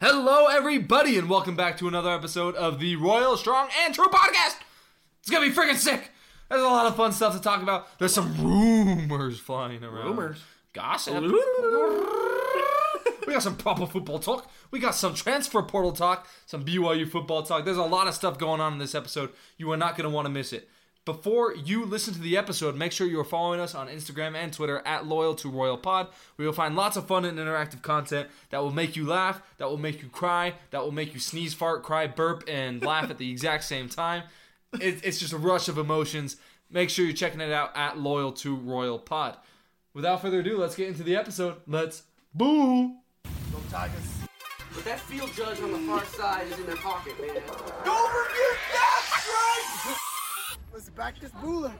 Hello, everybody, and welcome back to another episode of the Royal Strong and True Podcast. It's gonna be freaking sick. There's a lot of fun stuff to talk about. There's some rumors flying around. Rumors? Gossip. we got some proper football talk. We got some transfer portal talk, some BYU football talk. There's a lot of stuff going on in this episode. You are not going to want to miss it. Before you listen to the episode, make sure you are following us on Instagram and Twitter at Loyal to Royal Pod. We will find lots of fun and interactive content that will make you laugh, that will make you cry, that will make you sneeze, fart, cry, burp, and laugh at the exact same time. It, it's just a rush of emotions. Make sure you're checking it out at Loyal to Royal Pod. Without further ado, let's get into the episode. Let's boo. But that field judge on the far side is in their pocket, man. Let's back this Bueller.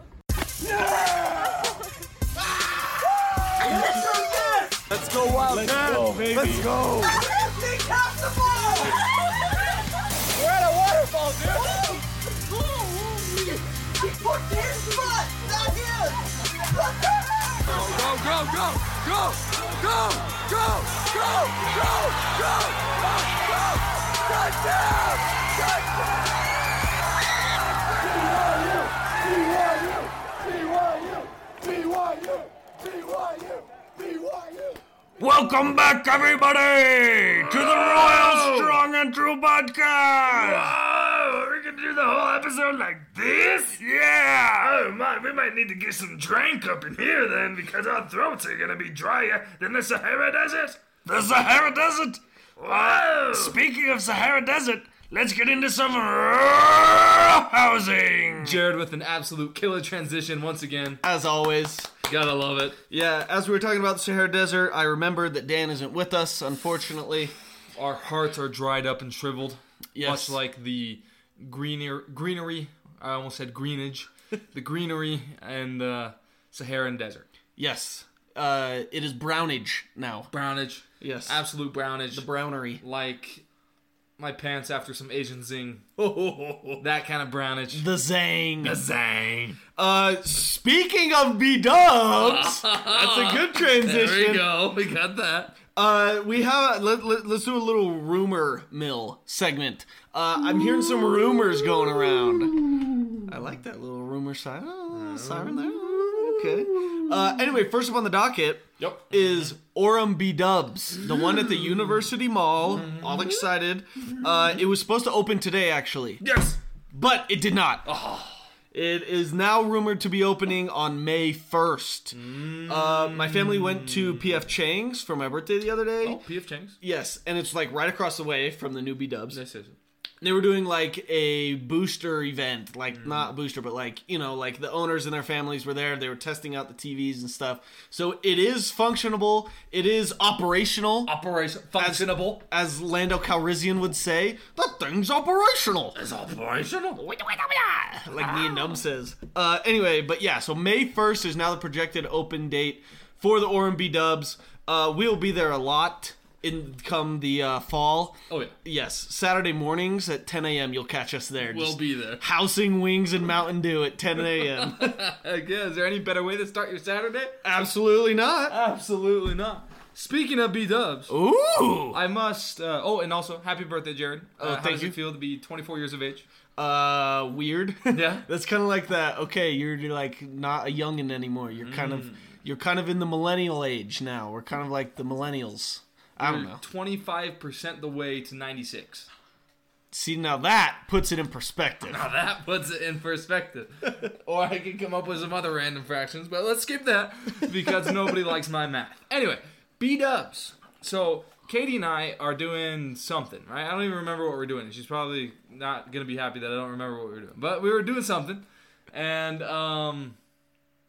Welcome back, everybody, to the Royal Strong and True Podcast. Wow, we can do the whole episode like this? Yeah. Oh my, we might need to get some drink up in here then, because our throats are gonna be drier than the Sahara Desert. The Sahara Desert. Wow. Speaking of Sahara Desert, let's get into some housing. Jared with an absolute killer transition once again. As always. Gotta love it. Yeah, as we were talking about the Sahara Desert, I remembered that Dan isn't with us, unfortunately. Our hearts are dried up and shriveled, Yes. much like the greener greenery. I almost said greenage. the greenery and the Saharan desert. Yes. Uh, it is brownage now. Brownage. Yes. Absolute brownage. Brownery. like my pants after some Asian zing. the That kind of brownage. Zang. Zang. Uh, speaking of B dubs, that's a good transition. go. We got that. Uh, we have a, let, let, us do a little rumor mill segment. Uh, I'm hearing some rumors going around. I like that little rumor siren, oh, siren there. Okay. Uh, anyway, first up on the docket Yep. is Orem B Dubs, the one at the University Mall. All excited. Uh, it was supposed to open today, actually, Yes. but it did not. It is now rumored to be opening on May 1st. Uh, my family went to PF Chang's for my birthday the other day. Oh, PF Chang's. Yes, and it's like right across the way from the newbie dubs. This is. They were doing like a booster event, like not a booster, but like you know, like the owners and their families were there. They were testing out the TVs and stuff. So it is functionable. It is operational, Operation functionable. as Lando Calrissian would say. That thing's operational, It's Oh, operational. like Nia Num says. Uh, anyway, but yeah, so May first is now the projected open date for the R&B Dubs. Uh, we'll be there a lot in come the uh, fall. Oh yeah. Yes, Saturday mornings at 10 a.m. You'll catch us there. We'll Just be there. housing wings and Mountain Dew at 10 a.m. Again, is there any better way to start your Saturday? Absolutely not. Absolutely not. Speaking of B Dubs, Oh. Ooh. I must. Uh, oh, and also, happy birthday, Jared. Uh, how Oh, thank does you. it feel to be 24 years of age? Uh, weird. Yeah. That's kind of like that. Okay, you're, you're like not a youngin anymore. You're kind Mm. of you're kind of in the millennial age now. We're kind of like the millennials. I don't know. 25% the way to 96. See, now that puts it in perspective. Now that puts it in perspective. or I could come up with some other random fractions, but let's skip that because nobody likes my math. Anyway, B dubs. So Katie and I are doing something, right? I don't even remember what we're doing. She's probably not gonna be happy that I don't remember what we were doing. But we were doing something, and um,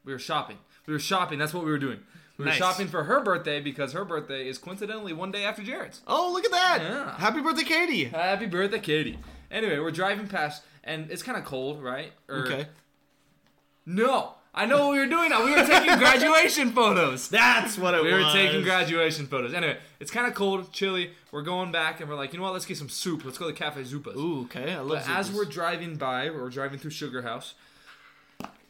we were shopping. We were shopping. That's what we were doing. We were Nice. shopping for her birthday because her birthday is coincidentally one day after Jared's. Oh, look at that! Yeah. Happy birthday, Katie. Happy birthday, Katie. Anyway, we're driving past, and it's kind of cold, right? Er, Or- Okay. No, I know what we were doing now. We were taking graduation photos. That's what it We were was. taking graduation photos. Anyway, it's kind of cold, chilly. We're going back, and we're like, you know what? Let's get some soup. Let's go to Cafe Zupas. Ooh, okay. I love But as Zupas. we're driving by, we're driving through Sugar House,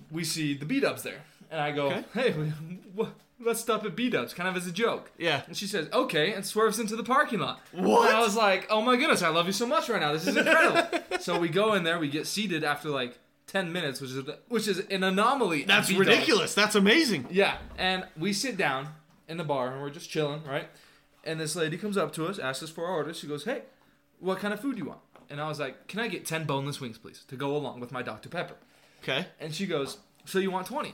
we see the B Dubs there, and I go, Okay. "Hey, wh- let's stop at B Dubs, kind of as a joke. Yeah. And she says, okay, and swerves into the parking lot. What? And I was like, oh my goodness, I love you so much right now. This is incredible. so we go in there, we get seated after like 10 minutes, which is which is an anomaly. at That's B-Dubs. ridiculous. That's amazing. Yeah. And we sit down in the bar and we're just chilling, right? And this lady comes up to us, asks us for our orders. She goes, hey, what kind of food do you want? And I was like, can I get 10 boneless wings, please, to go along with my Dr. Pepper? Okay. And she goes, So you want 20?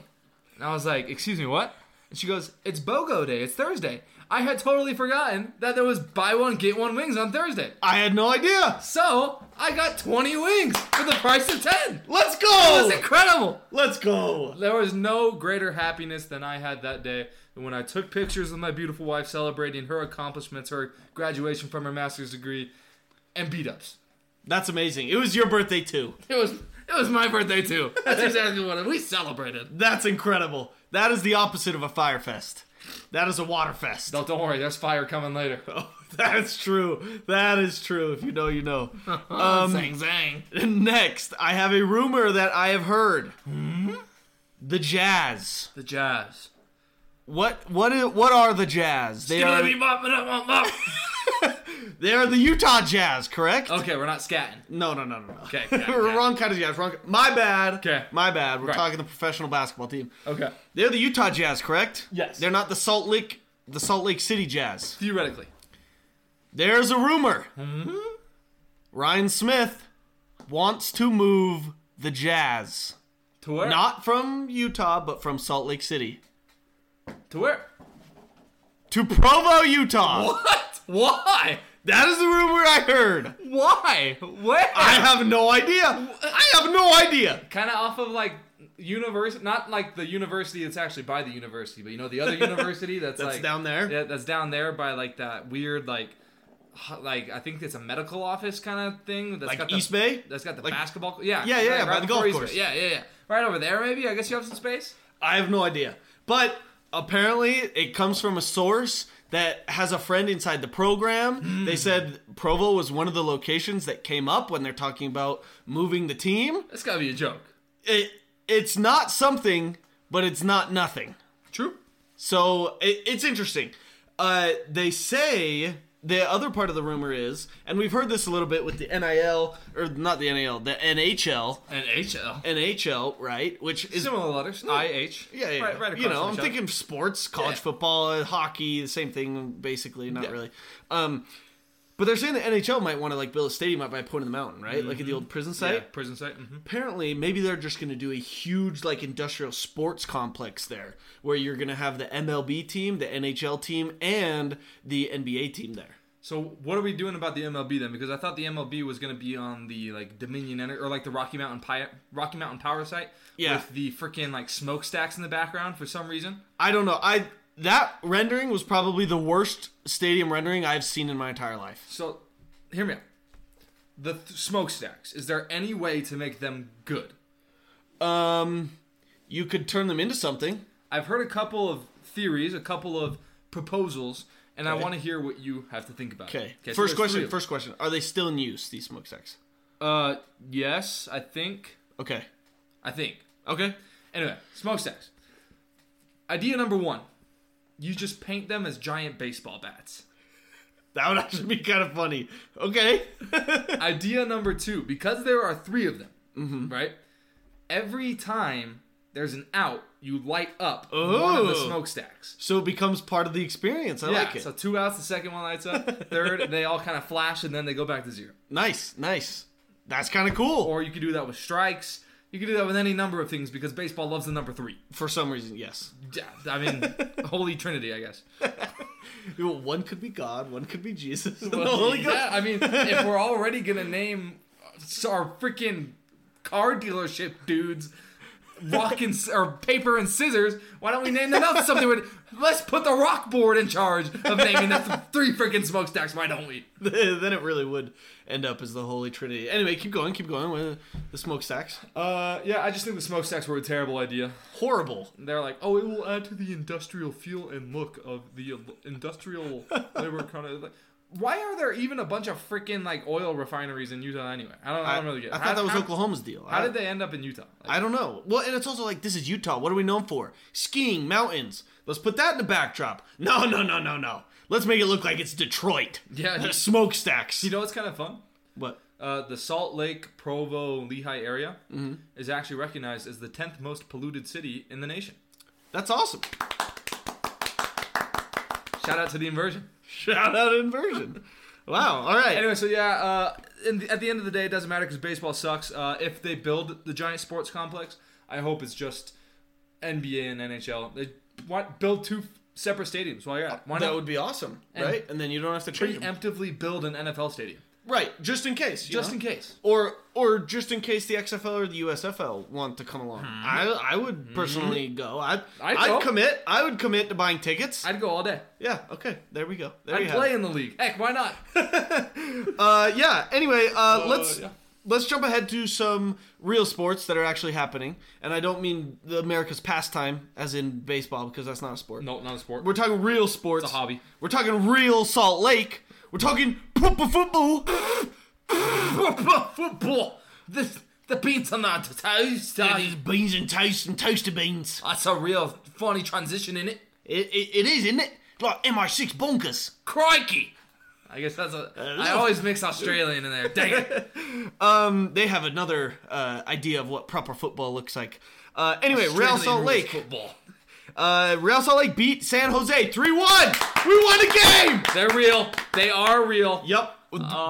And I was like, Excuse me, what? And she goes, It's BOGO day. It's Thursday. I had totally forgotten that there was buy one, get one wings on Thursday. I had no idea. So I got 20 wings for the price of 10. Let's That was go. incredible. Let's go. There was no greater happiness than I had that day when I took pictures of my beautiful wife celebrating her accomplishments, her graduation from her master's degree, and beat ups. That's amazing. It was your birthday too. It was it was my birthday too. That's exactly what we celebrated. That's incredible. That is the opposite of a fire fest. That is a water fest. Don't, don't worry, there's fire coming later. Oh, that's true. That is true. If you know, you know. zang zang. Next, I have a rumor that I have heard. Hmm? The Jazz. The Jazz. What what is, what are the Jazz? They are they are the Utah Jazz, correct? okay, we're not scatting. No, no, no, no, no. Okay, okay, We're okay. wrong kind of Jazz. Wrong. My bad. Okay. My bad. We're Right. talking the professional basketball team. Okay. They're the Utah Jazz, correct? Yes. They're not the Salt Lake the Salt Lake City Jazz. Theoretically. There's a rumor. Mm-hmm. Ryan Smith wants to move the Jazz, To where? not from Utah, but from Salt Lake City To where? to Provo, Utah. What? Why? That is the rumor I heard. Why? Where? I have no idea. I have no idea. kind of off of like university, not like the university that's actually by the university, but you know the other university that's, That's like down there? Yeah, that's down there by like that weird like. h- Like I think it's a medical office kind of thing. That's Like got the, East Bay? That's got the Like- basketball. Yeah, Yeah, yeah, yeah, by the before golf East Bay. course. Yeah, yeah, yeah. Right over there, maybe. I guess you have some space. I have no idea. But apparently, it comes from a source that has a friend inside the program. They said Provo was one of the locations that came up when they're talking about moving the team. That's gotta be a joke. It it's not something, but it's not nothing. True. So it, it's interesting. Uh, they say the other part of the rumor is, and we've heard this a little bit with the NIL or not the NIL, the NHL, And HL. NHL, right? Which is Similar letters. IH. yeah, yeah. Right, right across you from know, I'm each other. thinking sports, college Yeah. football, uh, hockey, the same thing, basically. Not Yeah. really. Um, but they're saying the NHL might want to like build a stadium out by Point of the Mountain, right? Like at the old prison site. Mm-hmm. Yeah, prison site. hmm Apparently, maybe they're just going to do a huge like industrial sports complex there, where you're going to have the MLB team, the NHL team, and the NBA team there. So what are we doing about the MLB then? Because I thought the MLB was going to be on the like Dominion Ener- or like the Rocky Mountain Pi- Rocky Mountain Power site Yeah. with the freaking like smokestacks in the background for some reason. I don't know. I that rendering was probably the worst stadium rendering I've seen in my entire life. So hear me out. The th- smokestacks. Is there any way to make them good? Um, you could turn them into something. I've heard a couple of theories, a couple of proposals, and I want to hear what you have to think about. it. Okay. so there's first three question. of them. First question. Are they still in use? These smokestacks. Uh, yes, I think. Okay. I think. Okay. Anyway, smokestacks. Idea number one: you just paint them as giant baseball bats. That would actually be kind of funny. Okay. Idea number two: because there are three of them, Mm-hmm. right? Every time there's an out, you light up one of the Ooh. smokestacks. so it becomes part of the experience. Oh. I Yeah, like it. so two outs, the second one lights up. Third, they all kind of flash, and then they go back to zero. nice. Nice. That's kind of cool. Or you could do that with strikes. You could do that with any number of things because baseball loves the number three. For some reason, yes. Yeah, I mean, holy trinity, I guess. Well, One could be God. One could be Jesus. and the Well, Holy yeah, Ghost. I mean, if we're already gonna name our freaking car dealership dudes rock and or paper and scissors, why don't we name them after something? With, let's put the rock board in charge of naming the th- three freaking smokestacks. Why don't we? then it really would end up as the Holy Trinity. Anyway, keep going. Keep going with the smokestacks. Uh, yeah, I just think the smokestacks were a terrible idea. Horrible. They're like, oh, it will add to the industrial feel and look of the industrial labor kind of. Like, Why are there even a bunch of freaking like oil refineries in Utah anyway? I don't. I, don't really get. it. I thought that was how, Oklahoma's deal. How did they end up in Utah? Like, Uh, I don't know. Well, and it's also like this is Utah. What are we known for? Skiing, mountains. Let's put that in the backdrop. No, no, no, no, no. Let's make it look like it's Detroit. Yeah, you- smokestacks. you know what's kind of fun? what? Uh, the Salt Lake, Provo, Lehigh area Mm-hmm. is actually recognized as the tenth most polluted city in the nation. That's awesome. Shout out to the inversion. Shout out inversion. wow. All right. Anyway, so yeah, uh, in the, at the end of the day, it doesn't matter because baseball sucks. Uh, if they build the giant sports complex, I hope it's just NBA and NHL. They want build two separate stadiums. Why not? Why that not would be awesome, right? And then you don't have to trade 'em. preemptively build an NFL stadium right? Just in case. you just know? in case? or or just in case the XFL or the USFL want to come along. I I would personally go. I Hmm. I'd I'd, go. commit. I would commit to buying tickets. I'd go all day. yeah. Okay. There we go. There I'd you have play it. in the league. Heck, why not? Uh, yeah. Anyway, uh, let's yeah. let's jump ahead to some real sports that are actually happening, and I don't mean the America's pastime as in baseball because that's not a sport. no, not a sport. We're talking real sports. It's a hobby. We're talking real Salt Lake. We're talking poopa football. football. This the beans on that toast. beans and toast and toaster beans. That's a real funny transition in it. It, it, it is, isn't it? Like MI6 bonkers. Crikey. I guess that's a. I always mix Australian in there. Dang it. Um, they have another uh, idea of what proper football looks like. Uh, anyway, Real Salt Lake. Football. Uh, Real Salt Lake beat San Jose 3 1. We won a game. They're real. They are real. Yep.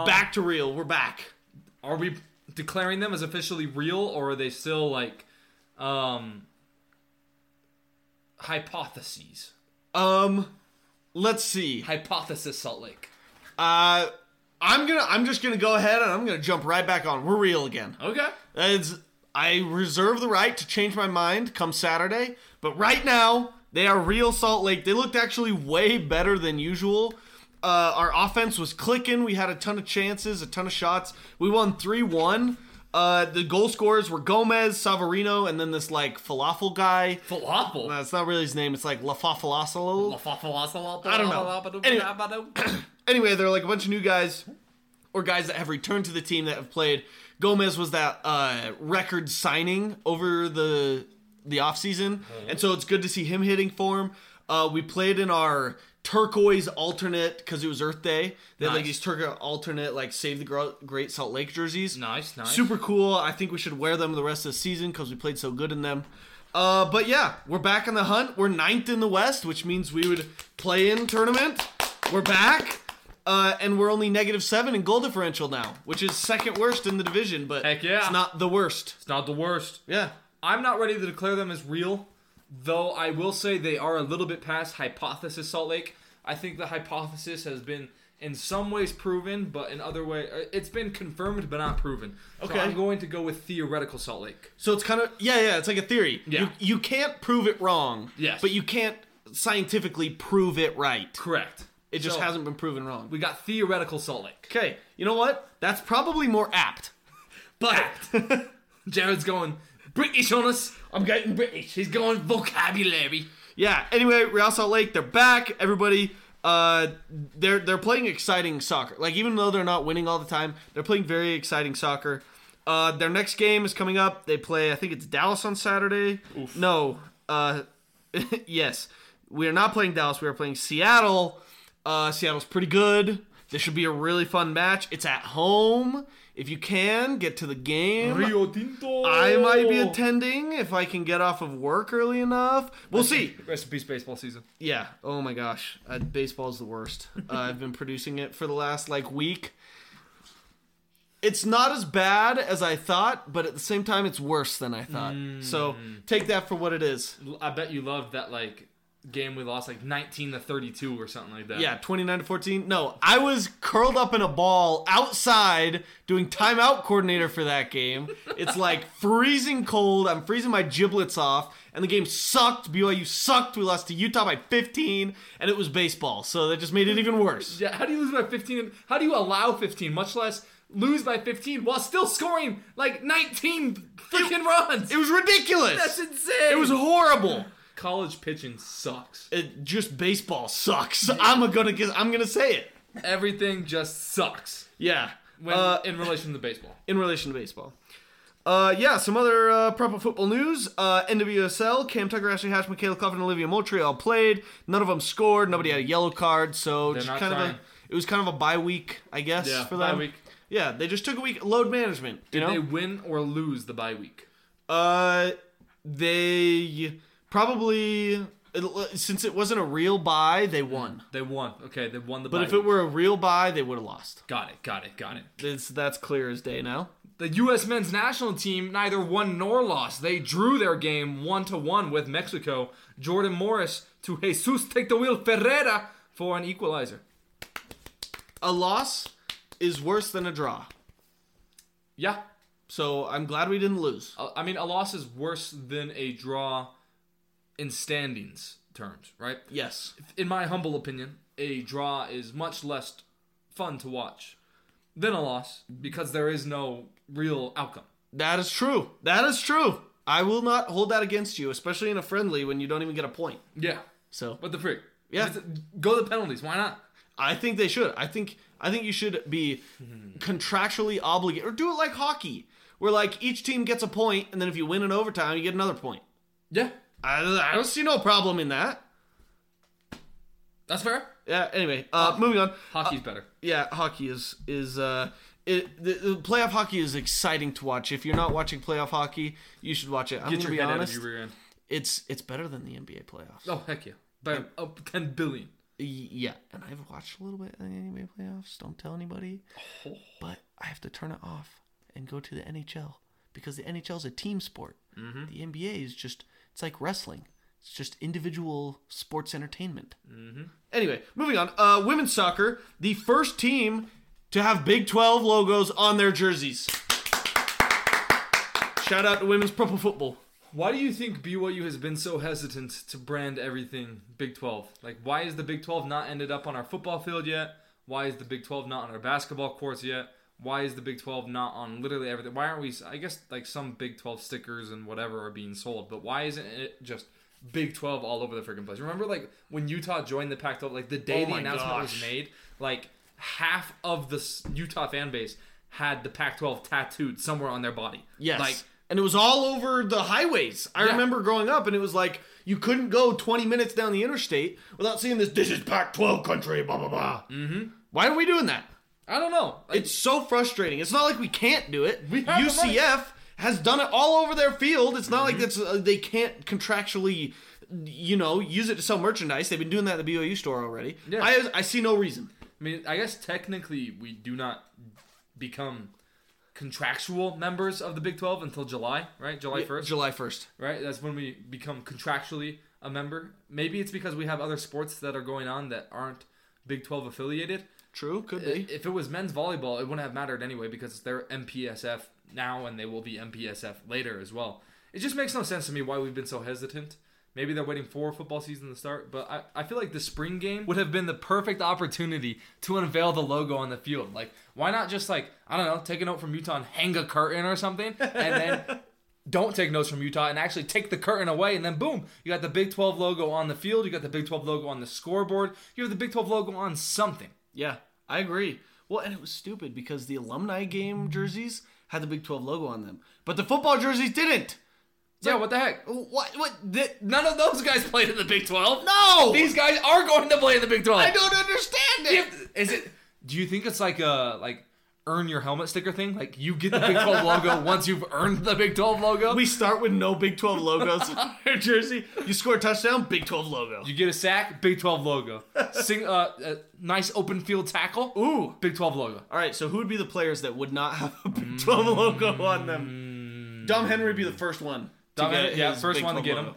back to real. We're back. Are we declaring them as officially real, or are they still like, um, hypotheses? Um, let's see. Hypothesis Salt Lake. Uh, I'm gonna. I'm just gonna go ahead and I'm gonna jump right back on. We're real again. Okay. It's, I reserve the right to change my mind come Saturday, but right now they are real Salt Lake. They looked actually way better than usual. Uh, our offense was clicking. We had a ton of chances, a ton of shots. We won 3 1. Uh, the goal scorers were Gomez, Savarino, and then this like falafel guy. Falafel. That's not really his name. Uh, It's like Lafafalasalo. I don't know. Anyway. anyway, they're like a bunch of new guys or guys that have returned to the team that have played. Gomez was that uh, record signing over the the offseason, Mm-hmm. and so it's good to see him hitting form. Uh, we played in our turquoise alternate because it was Earth Day. They had like Nice. these turquoise alternate like Save the Gro- Great Salt Lake jerseys. Nice, nice. super cool. I think we should wear them the rest of the season because we played so good in them. Uh, but yeah, we're back on the hunt. We're ninth in the West, which means we would play in tournament. We're back, uh, and we're only negative seven in goal differential now, which is second worst in the division. But Heck yeah. it's not the worst. It's not the worst. Yeah, I'm not ready to declare them as real, though I will say they are a little bit past hypothesis Salt Lake. I think the hypothesis has been in some ways proven, but in other way uh, it's been confirmed but not proven. Okay. Okay. I'm going to go with theoretical Salt Lake. so it's kind of yeah, yeah. It's like a theory. Yeah. you, you can't prove it wrong. Yes. but you can't scientifically prove it right. Correct. It just So, hasn't been proven wrong. We got theoretical Salt Lake. okay, you know what? That's probably more apt. But Jared's going British on us. I'm getting British. He's going vocabulary. Yeah. Anyway, Real Salt Lake, they're back. Everybody, uh, they're they're playing exciting soccer. Like even though they're not winning all the time, they're playing very exciting soccer. Uh, their next game is coming up. They play, I think it's Dallas on Saturday. No, uh, yes, we are not playing Dallas. We are playing Seattle. Uh, Seattle's pretty good. This should be a really fun match. It's at home. If you can get to the game, Tinto. I might be attending if I can get off of work early enough. We'll see. Rest in peace, baseball season. Yeah. Oh my gosh. Uh, baseball's the worst. Uh, I've been producing it for the last like week. It's not as bad as I thought, but at the same time, it's worse than I thought. So take that for what it is. I bet you loved that like game we lost like 19 to 32 or something like that. Yeah, 29 to 14. No, I was curled up in a ball outside doing timeout coordinator for that game. It's like freezing cold. I'm freezing my giblets off. And the game sucked. BYU sucked. We lost to Utah by 15. And it was baseball. So that just made it even worse. Yeah, how do you lose by 15? How do you allow 15, much less lose by 15 while still scoring like 19 freaking runs? It was ridiculous. That's insane. It was horrible. college pitching sucks. It just baseball sucks. I'm gonna get, I'm gonna say it. Everything just sucks Yeah. when Uh, in relation to baseball. in relation to baseball. Uh, yeah, some other uh, proper football news. Uh, NWSL, Cam Tucker, Ashley Hatch, Michaela Coffin, and Olivia Moultrie all played. None of them scored. Nobody had a yellow card, so just not kind of trying. a, it was kind of a bye week, I guess, Yeah, for bye them. week. Yeah, they just took a week. Load management, Did you know? they win or lose the bye week? Uh, they probably since it wasn't a real buy, they won. They won. Okay, they won the But bye if it week. were a real buy, they would have lost. Got it, got it, got it. It's, that's clear as day now. The U.S. men's national team neither won nor lost. They drew their game one to one with Mexico. Jordan Morris to Jesus take the wheel Ferreira for an equalizer. A loss is worse than a draw. Yeah, So I'm glad we didn't lose. I I mean a loss is worse than a draw in standings terms, right? Yes. In my humble opinion, a draw is much less fun to watch than a loss because there is no real outcome. That is true. That is true. I will not hold that against you, especially in a friendly when you don't even get a point. Yeah, So what the freak? Yeah. It's- go the penalties. Why not? I think they should. I think I think you should be contractually obligated or do it like hockey, where like each team gets a point, and then if you win in overtime, you get another point. Yeah, I, I don't see no problem in that. that's fair. Yeah. Anyway, uh, moving on. Hockey's better. Yeah, hockey is is uh, it the, the playoff hockey is exciting to watch. If you're not watching playoff hockey, you should watch it. I'm Get gonna your be head out honest. of your rear end. It's it's better than the NBA playoffs. Oh heck yeah! By up ten billion. Y- Yeah, and I've watched a little bit of the NBA playoffs. Don't tell anybody. But I have to turn it off and go to the NHL because the NHL is a team sport. The NBA is just it's like wrestling. It's just individual sports entertainment. Mm-hmm. Anyway, moving on. Uh, women's soccer, the first team to have Big Twelve logos on their jerseys. Shout out to women's purple football. Why do you think BYU has been so hesitant to brand everything Big Twelve? Like, why is the Big Twelve not ended up on our football field yet? Why is the Big Twelve not on our basketball courts yet? Why is the Big Twelve not on literally everything? Why aren't we? I guess like some Big Twelve stickers and whatever are being sold, but why isn't it just Big Twelve all over the freaking place? Remember, like when Utah joined the Pac-12, like the day Oh the my announcement was gosh. made, like half of the s- Utah fan base had the Pac-12 tattooed somewhere on their body. Yes. like and it was all over the highways. I Yeah. remember growing up, and it was like you couldn't go 20 minutes down the interstate without seeing this. This is Pac-12 country, blah blah blah. Mm-hmm. Why are we doing that? I don't know. Like, It's so frustrating. It's not like we can't do it. have the money. UCF has done it all over their field. It's not like Mm-hmm. that's uh, they can't contractually, you know, use it to sell merchandise. They've been doing that at the BOU store already. Yeah. I I see no reason. I mean, I guess technically we do not become contractual members of the Big 12 until July, right? July 1st, July 1st. right? That's when we become contractually a member. Maybe it's because we have other sports that are going on that aren't Big 12 affiliated. True, could be. Uh, If it was men's volleyball, it wouldn't have mattered anyway because they're MPSF now and they will be MPSF later as well. It just makes no sense to me why we've been so hesitant. Maybe they're waiting for football season to start, but I, I feel like the spring game would have been the perfect opportunity to unveil the logo on the field. Like, why not just, like, I don't know, take a note from Utah and hang a curtain or something? And then don't take notes from Utah and actually take the curtain away, and then boom, you got the Big 12 logo on the field, you got the Big 12 logo on the scoreboard, you have the Big 12 logo on something. Yeah, I agree. Well, and it was stupid because the alumni game jerseys had the Big 12 logo on them, but the football jerseys didn't. yeah, what the heck? What? What? Th- None of those guys played in the Big 12. no! These guys are going to play in the Big 12. I don't understand it. Is it Do you think it's like a like earn your helmet sticker thing? Like you get the Big 12 logo once you've earned the Big 12 logo? We start with no Big 12 logos on our jersey. You score a touchdown, Big 12 logo. you get a sack, Big 12 logo. Sing uh, uh, nice open field tackle. Ooh. Big 12 logo. All right, so who would be the players that would not have a Big 12 logo on them? Mm. Dom Henry would be the first one. to Dom get Henry- yeah, his first Big one to 12 get logo. him.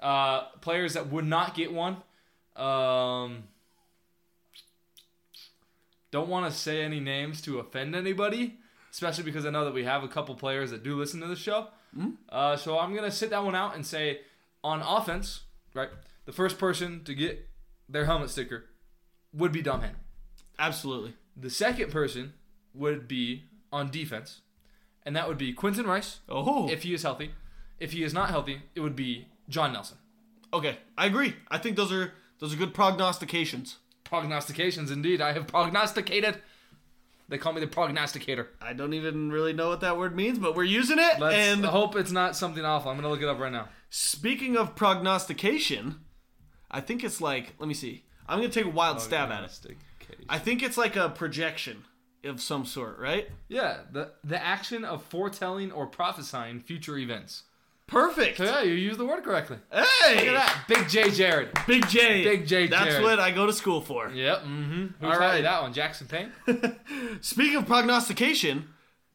Uh, players that would not get one. Um, don't want to say any names to offend anybody, especially because I know that we have a couple players that do listen to the show. Uh, so I'm gonna sit that one out and say, on offense, right, the first person to get their helmet sticker would be Dom Henry. Absolutely. The second person would be on defense, and that would be Quinton Rice Oh. if he is healthy. If he is not healthy, it would be John Nelson. okay, I agree. I think those are those are good prognostications. Prognostications, indeed. I have prognosticated. They call me the prognosticator. I don't even really know what that word means, but we're using it. Let's and hope it's not something awful. I'm gonna look it up right now. speaking of prognostication, I think it's like, let me see. I'm going to take a Oh, wild stab at it. Prognostication. I think it's like a projection of some sort, right? Yeah, the the action of foretelling or prophesying future events. Perfect. So yeah, you used the word correctly. Look Hey! at that, Big J Jared. Big J. Big J That's Jared. what I go to school for. Yep. Mm-hmm. All right. right, that one, Jackson Payne. Speaking of prognostication,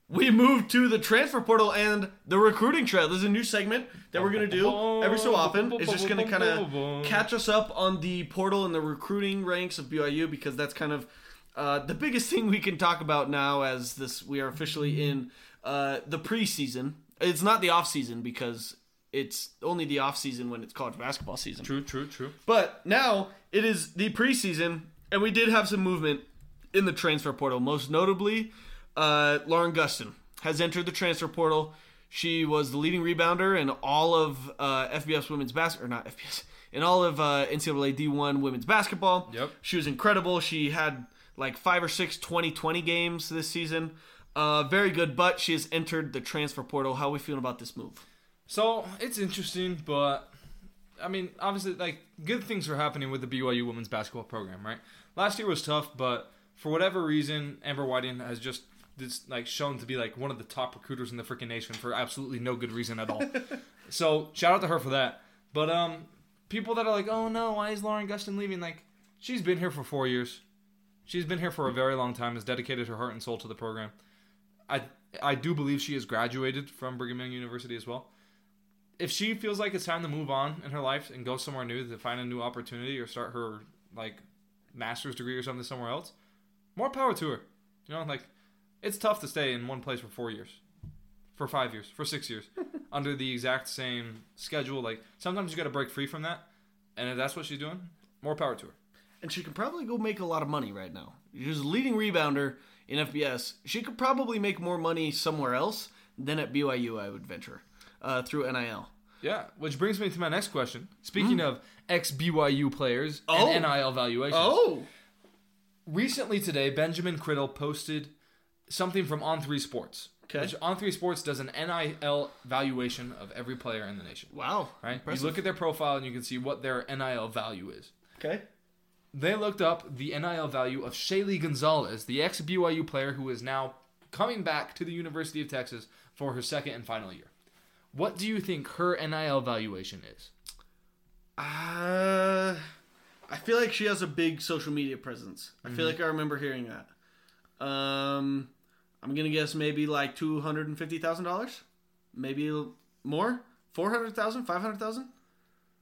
we moved to the transfer portal and the recruiting trail. There's a new segment that we're going to do every so often. It's just going to kind of catch us up on the portal and the recruiting ranks of BYU because that's kind of uh, the biggest thing we can talk about now as this we are officially in uh, the preseason. It's not the off season because it's only the off season when it's college basketball season. True, true, true. But now it is the preseason, and we did have some movement in the transfer portal. Most notably, uh, Lauren Guston has entered the transfer portal. She was the leading rebounder in all of uh, FBS women's basketball, or not FBS, in all of uh, NCAA D1 women's basketball. Yep. She was incredible. She had like five or six 20 20 games this season. Uh, very good, but she has entered the transfer portal. How are we feeling about this move? So it's interesting, but I mean, obviously, like good things are happening with the BYU women's basketball program, right? Last year was tough, but for whatever reason, Amber Whiting has just this, like shown to be like one of the top recruiters in the freaking nation for absolutely no good reason at all. so shout out to her for that. But um, people that are like, oh no, why is Lauren Guston leaving? Like, she's been here for four years. She's been here for a very long time. Has dedicated her heart and soul to the program. I I do believe she has graduated from Brigham Young University as well if she feels like it's time to move on in her life and go somewhere new to find a new opportunity or start her like master's degree or something somewhere else, more power to her. You know, like it's tough to stay in one place for four years, for five years, for six years, under the exact same schedule. Like sometimes you got to break free from that, and if that's what she's doing, more power to her. and she can probably go make a lot of money right now. She's a leading rebounder in FBS. She could probably make more money somewhere else than at BYU, I would venture, uh, through NIL. Yeah, which brings me to my next question. Speaking of ex BYU players Oh. and NIL valuations, recently today, Benjamin Criddle posted something from On Three Sports. Okay. Which On Three Sports does an NIL valuation of every player in the nation. wow! Right? Impressive. You look at their profile and you can see what their NIL value is. okay. They looked up the NIL value of Shaylee Gonzalez, the ex BYU player who is now coming back to the University of Texas for her second and final year. What do you think her NIL valuation is? Uh, I feel like she has a big social media presence. I feel like I remember hearing that. Um, I'm gonna guess maybe like two hundred and fifty thousand dollars, maybe l- more, four hundred thousand, five hundred thousand,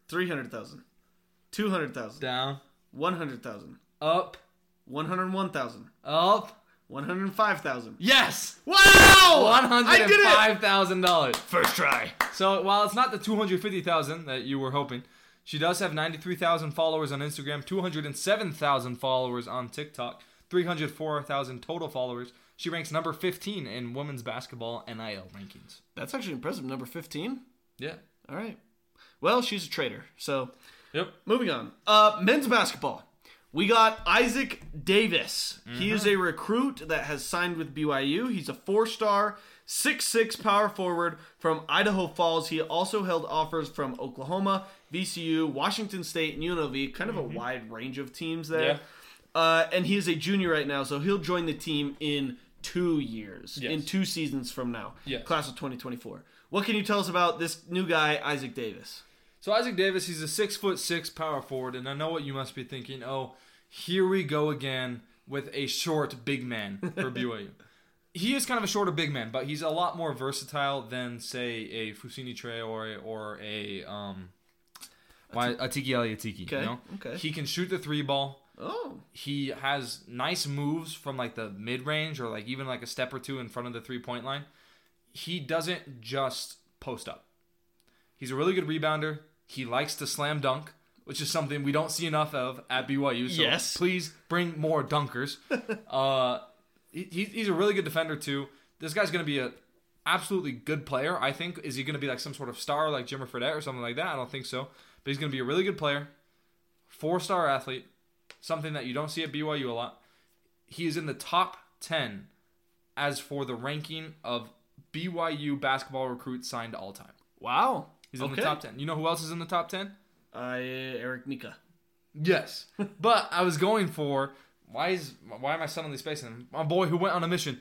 three hundred thousand, two hundred thousand, Down, one hundred thousand. up, 101,000. up. 105,000. Yes! Wow! Oh, I did it! $105,000. First try. So while it's not the 250,000 that you were hoping, she does have 93,000 followers on Instagram, 207,000 followers on TikTok, 304,000 total followers. She ranks number 15 in women's basketball NIL rankings. That's actually impressive. Number 15. Yeah. All right. Well, she's a traitor. So, Yep. moving on. Uh, men's basketball. We got Isaac Davis. He is a Mm-hmm. recruit that has signed with BYU. He's a four star, six-six power forward from Idaho Falls. He also held offers from Oklahoma, VCU, Washington State, and UNLV. Kind of a wide range of teams there. Mm-hmm. Yeah. Uh, and he is a junior right now, so he'll join the team in two years, in two seasons from now, Yes. class of 2024. What can you tell us about this new guy, Isaac Davis? So Isaac Davis, he's a six foot six power forward, and I know what you must be thinking. Oh, here we go again with a short big man for BYU. he is kind of a shorter big man, but he's a lot more versatile than say a Fusini Traore or a um, why Atiki Aliatiki. Okay, You know, okay. he can shoot the three ball. Oh, He has nice moves from like the mid range or like even like a step or two in front of the three point line. He doesn't just post up. He's a really good rebounder. He likes to slam dunk, which is something we don't see enough of at BYU. So Yes. please bring more dunkers. uh, he, he- he's a really good defender too. This guy's going to be a absolutely good player. I think is he going to be like some sort of star like Jimmer Fredette or something like that? I don't think so. But he's going to be a really good player, four star athlete, something that you don't see at BYU a lot. He is in the top 10 as for the ranking of BYU basketball recruits signed all time. Wow. He's in the top 10. You know who else is in the top 10? Uh, Eric Mika. Yes. but I was going for why is why am I suddenly spacing him? My boy who went on a mission.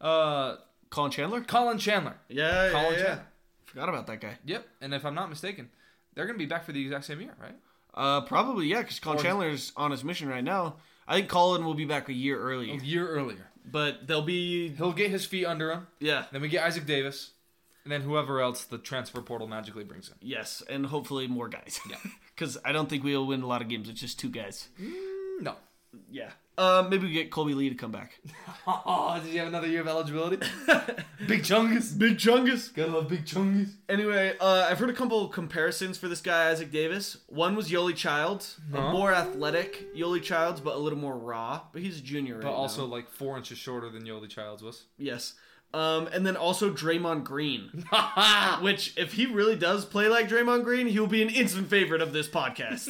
Uh Colin Chandler? Colin Chandler. Yeah, Colin Chandler. Forgot about that guy. Yep. And if I'm not mistaken, they're going to be back for the exact same year, right? Uh, probably yeah, because Colin Or- Chandler's on his mission right now. I think Colin will be back a year early, A year earlier. but they'll be He'll get his feet under him. yeah, Then we get Isaac Davis, and then whoever else the transfer portal magically brings in. yes, and hopefully more guys. Yeah. because I don't think we'll win a lot of games with just two guys. No. Yeah, uh, maybe we get Colby Lee to come back. Oh, did you have another year of eligibility? Big Chungus. Big Chungus. Gotta love Big Chungus. Anyway, uh, I've heard a couple of comparisons for this guy Isaac Davis. One was Yoli Childs, Huh? a more athletic Yoli Childs, but a little more raw. But he's a junior, right But also now. like four inches shorter than Yoli Childs was. yes. Um, and then also Draymond Green. Which, if he really does play like Draymond Green, he'll be an instant favorite of this podcast.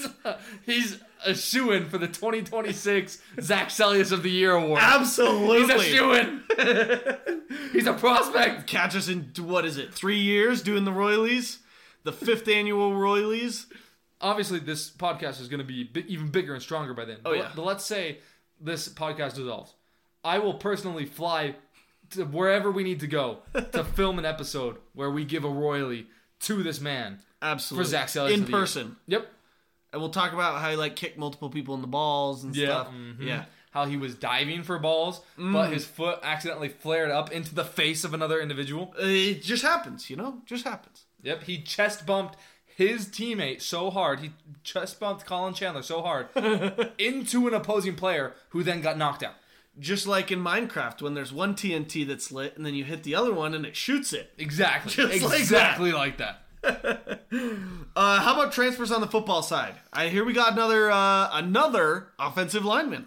He's a shoe in for the 2026 Zach Sellius of the Year Award. He's Absolutely. a shoe in. He's a prospect. Catch us in, what is it, three years doing the Royalies? The fifth annual Royalies? Obviously, this podcast is going to be bi- even bigger and stronger by then. Oh, yeah. But let's say this podcast dissolves. I will personally fly to wherever we need to go to film an episode where we give a royally to this man for Absolutely. Zach Sellius. In of the Year. person. Yep. And we'll talk about how he like kicked multiple people in the balls and Yeah, stuff. mhm. Yeah. How he was diving for balls, Mm. but his foot accidentally flared up into the face of another individual. It just happens, you know? Just happens. Yep, he chest bumped his teammate so hard. He chest bumped Colin Chandler so hard into an opposing player who then got knocked out. Just like in Minecraft when there's one TNT that's lit and then you hit the other one and it shoots it. Exactly. Just like exactly like that. Uh, how about transfers on the football side? I hear we got another uh, another offensive lineman.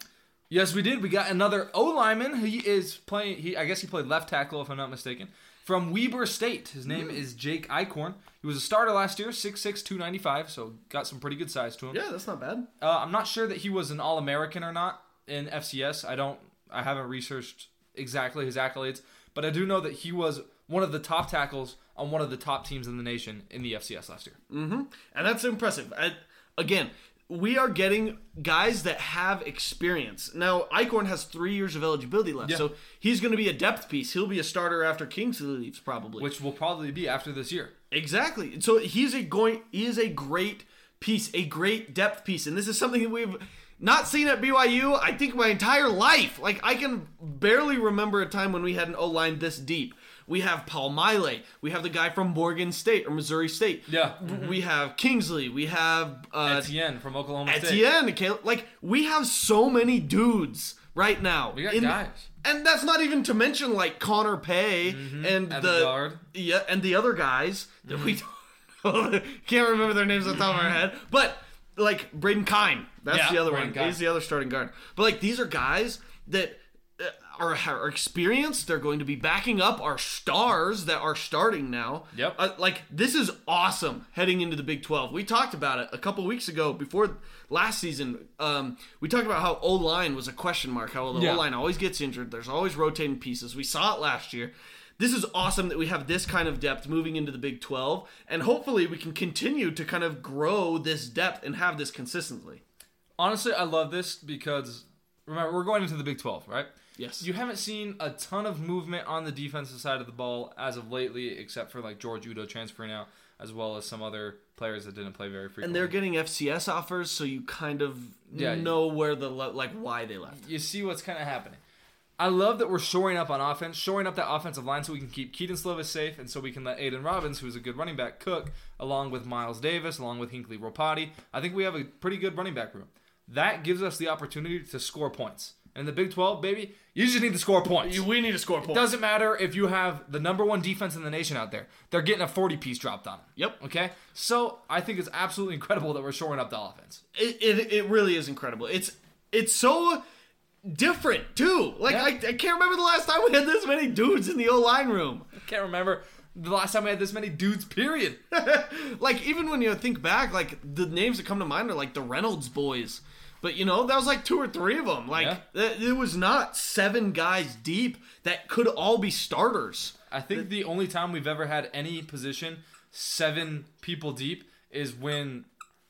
Yes, we did. We got another O lineman. He is playing. He, I guess he played left tackle, if I'm not mistaken, from Weber State. His name Mm. is Jake Icorn. He was a starter last year, 6'6", 295, so got some pretty good size to him. Yeah, that's not bad. Uh, I'm not sure that he was an All American or not in FCS. I don't. I haven't researched exactly his accolades, but I do know that he was one of the top tackles on one of the top teams in the nation in the FCS last year. Mm. And that's impressive. I, again, we are getting guys that have experience. Now, Icorn has three years of eligibility left, Yeah. so he's going to be a depth piece. He'll be a starter after Kingsley leaves, probably. Which will probably be after this year. Exactly. So he's a going. He is a great piece, a great depth piece, and this is something that we've not seen at BYU. I think my entire life. Like I can barely remember a time when we had an O line this deep. We have Paul Miley. We have the guy from Morgan State or Missouri State. Yeah. W- We have Kingsley. We have uh, Etienne from Oklahoma State. Etienne. Cal- Like we have so many dudes right now. We got guys. And that's not even to mention like Connor Pay and Mm-hmm. At the the guard. Mm-hmm. yeah, and the other guys that we don't know, can't remember their names off the top of our head, but like Braden Kime, that's Yeah, the other Braden one. Kime. He's the other starting guard. But like these are guys that uh, are, are experienced. They're going to be backing up our stars that are starting now. Yep. Uh, like this is awesome heading into the Big Twelve. We talked about it a couple weeks ago before last season. Um, we talked about how O line was a question mark. How the Yeah. O line always gets injured. There's always rotating pieces. We saw it last year. This is awesome that we have this kind of depth moving into the Big 12, and hopefully we can continue to kind of grow this depth and have this consistently. Honestly, I love this because remember we're going into the Big 12, right? Yes. You haven't seen a ton of movement on the defensive side of the ball as of lately, except for like George Udo transferring out, as well as some other players that didn't play very frequently. and they're getting FCS offers, so you kind of Yeah. know where the le- like why they left. you see what's kind of happening. I love that we're shoring up on offense, shoring up that offensive line so we can keep Keaton Slovis safe and so we can let Aiden Robbins, who's a good running back, cook, along with Miles Davis, along with Hinkley Ropati. I think we have a pretty good running back room. That gives us the opportunity to score points. And in the Big 12, baby, you just need to score points. We need to score points. Doesn't matter if you have the number one defense in the nation out there. They're getting a 40 piece dropped on them. Yep. Okay? So I think it's absolutely incredible that we're shoring up the offense. it, it, it really is incredible. It's it's so different too. Like Yeah. I, I can't remember the last time we had this many dudes in the O line room. Can't remember the last time we had this many dudes, period. like even when you think back, like the names that come to mind are like the Reynolds boys. But you know, that was like two or three of them. Like Yeah. that- it was not seven guys deep that could all be starters. I think the only time we've ever had any position seven people deep is when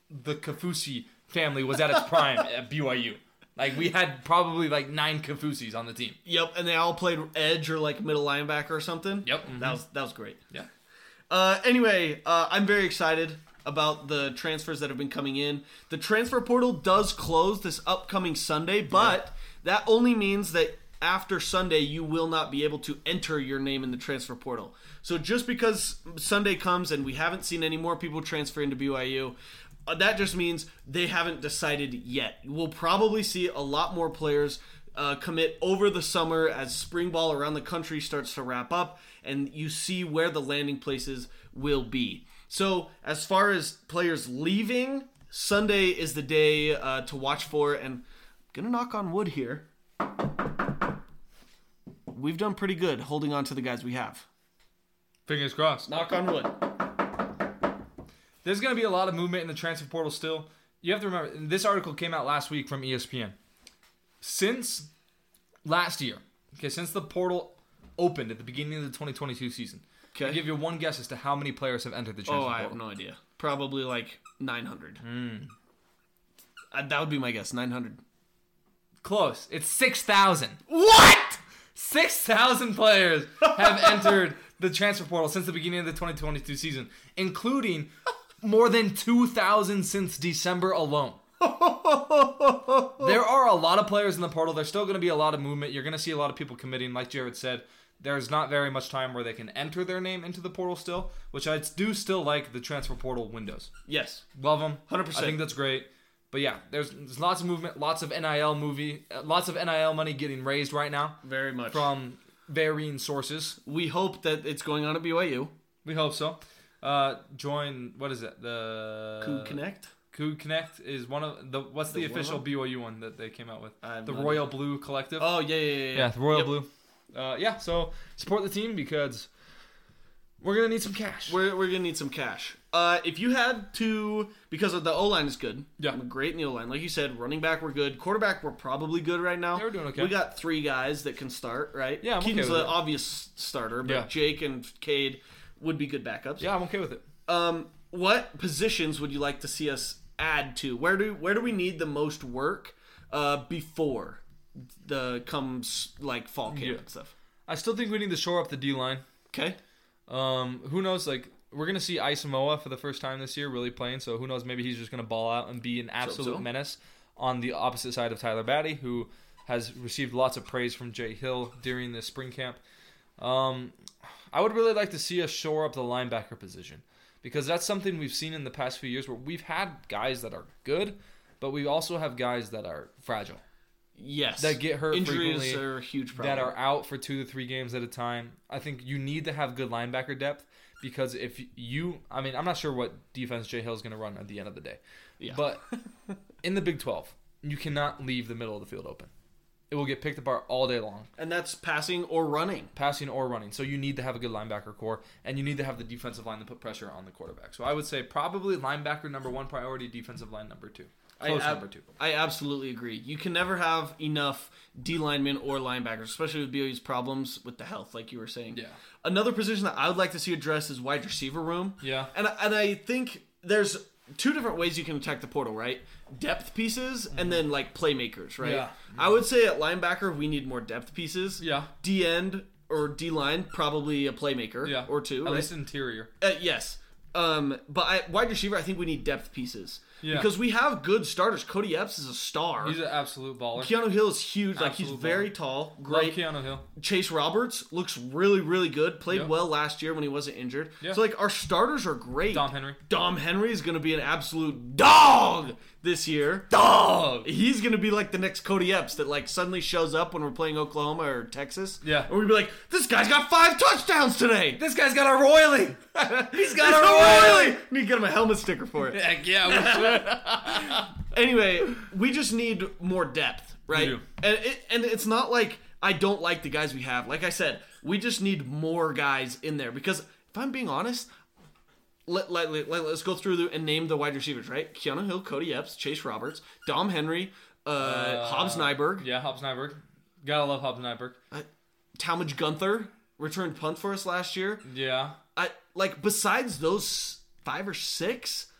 the Kafusi family was at its prime at BYU. Like we had probably like nine Kafusis on the team. Yep, and they all played edge or like middle linebacker or something. Yep, mhm. that was that was great. Yeah. Uh, anyway, uh, I'm very excited about the transfers that have been coming in. The transfer portal does close this upcoming Sunday, but that only means that after Sunday you will not be able to enter your name in the transfer portal. So just because Sunday comes and we haven't seen any more people transfer into BYU, uh, that just means they haven't decided yet. We'll probably see a lot more players uh, commit over the summer as spring ball around the country starts to wrap up and you see where the landing places will be. So, as far as players leaving, Sunday is the day uh, to watch for, and I'm gonna knock on wood here. We've done pretty good holding on to the guys we have. Fingers crossed. Knock on wood. There's going to be a lot of movement in the transfer portal still. You have to remember, and this article came out last week from E ESPN. Since last year, okay, since the portal opened at the beginning of the 2022 season, Okay. I'll give you one guess as to how many players have entered the transfer Oh, I have portal. no idea. Probably like 900. Hmm. Uh, that would be my guess. 900. Close. It's 6,000. What? 6,000 players have entered the transfer portal since the beginning of the 2022 season, including more than 2,000 since December alone. there are a lot of players in the portal. There's still going to be a lot of movement. You're going to see a lot of people committing, like Jared said. There's not very much time where they can enter their name into the portal still, which I do still like the transfer portal windows. Yes. Love them. 100%. I think that's great. But yeah, there's, there's lots of movement, lots of NIL movie, uh, lots of NIL money getting raised right now Very much. from varying sources. we hope that it's going on at BYU. We hope so. Uh, join what is it? The Could connect. Coup Connect is one of the what's the, The one official of- BYU one that they came out with? I have the no Royal Blue Collective. Oh yeah, yeah, yeah. yeah, the Royal Yep. Blue. Uh, yeah, so support the team because we're gonna need some cash. We're, we're gonna need some cash. Uh, if you had to, because of the O line is good. Yeah. We're great in the O line. Like you said, running back we're good. Quarterback we're probably good right now. Yeah, we're doing okay. We got three guys that can start, right? Yeah, I'm okay Keaton's with the it. obvious starter, but Yeah. Jake and Cade would be good backups. yeah, I'm okay with it. Um, what positions would you like to see us add to? Where do where do we need the most work? Uh, before the comes like fall camp Yeah. and stuff. I still think we need to shore up the D line. Okay. Um, who knows? Like we're gonna see Isamoa for the first time this year, really playing. So who knows? Maybe he's just gonna ball out and be an absolute so. menace on the opposite side of Tyler Batty, who has received lots of praise from Jay Hill during this spring camp. Um, I would really like to see us shore up the linebacker position because that's something we've seen in the past few years where we've had guys that are good, but we also have guys that are fragile Yes. That get hurt Injuries frequently, are a huge problem. that are out for two to three games at a time. I think you need to have good linebacker depth because if you, I mean, I'm not sure what defense Jay Hill is going to run at the end of the day, Yeah. but in the Big 12, you cannot leave the middle of the field open. It will get picked apart all day long, and that's passing or running. passing or running. So you need to have a good linebacker core, and you need to have the defensive line to put pressure on the quarterback. So I would say probably linebacker number one priority, defensive line number two, close ab- number two. I absolutely agree. You can never have enough D linemen or linebackers, especially with BOU's problems with the health, like you were saying. Yeah. Another position that I would like to see addressed is wide receiver room. Yeah. And and I think there's two different ways you can attack the portal, right? Depth pieces and then like playmakers, right? Mm-hmm. Yeah. I would say at linebacker we need more depth pieces. Yeah. D end or D line probably a playmaker Yeah, or two. At right? least interior. Uh, yes. Um, but I, wide receiver, I think we need depth pieces Yeah. because we have good starters. Cody Epps is a star. He's an absolute baller. Keanu Hill is huge. Like he's Absolute very tall. Love Great. Keanu Hill. Chase Roberts looks really, really good. Played Yeah. well last year when he wasn't injured. Yeah. So like our starters are great. Dom Henry. Dom Henry is going to be an absolute dog this year. Dog. He's going to be like the next Cody Epps that like suddenly shows up when we're playing Oklahoma or Texas. Yeah. And we'll be like, this guy's got five touchdowns today. This guy's got a roily. He's got a a Royally. Need to get him a helmet sticker for it. Heck yeah, we should. Anyway, we just need more depth, right? We do. And it, and it's not like I don't like the guys we have. Like I said, we just need more guys in there because if I'm being honest, let, let, let, let, us go through the, and name the wide receivers, right? Keanu Hill, Cody Epps, Chase Roberts, Dom Henry, uh, Hobbs Nyberg, uh, Yeah, Hobbs Nyberg. Gotta love Hobbs Nyberg. Talmadge Gunther returned punt for us last year. Yeah. I like besides those five or six,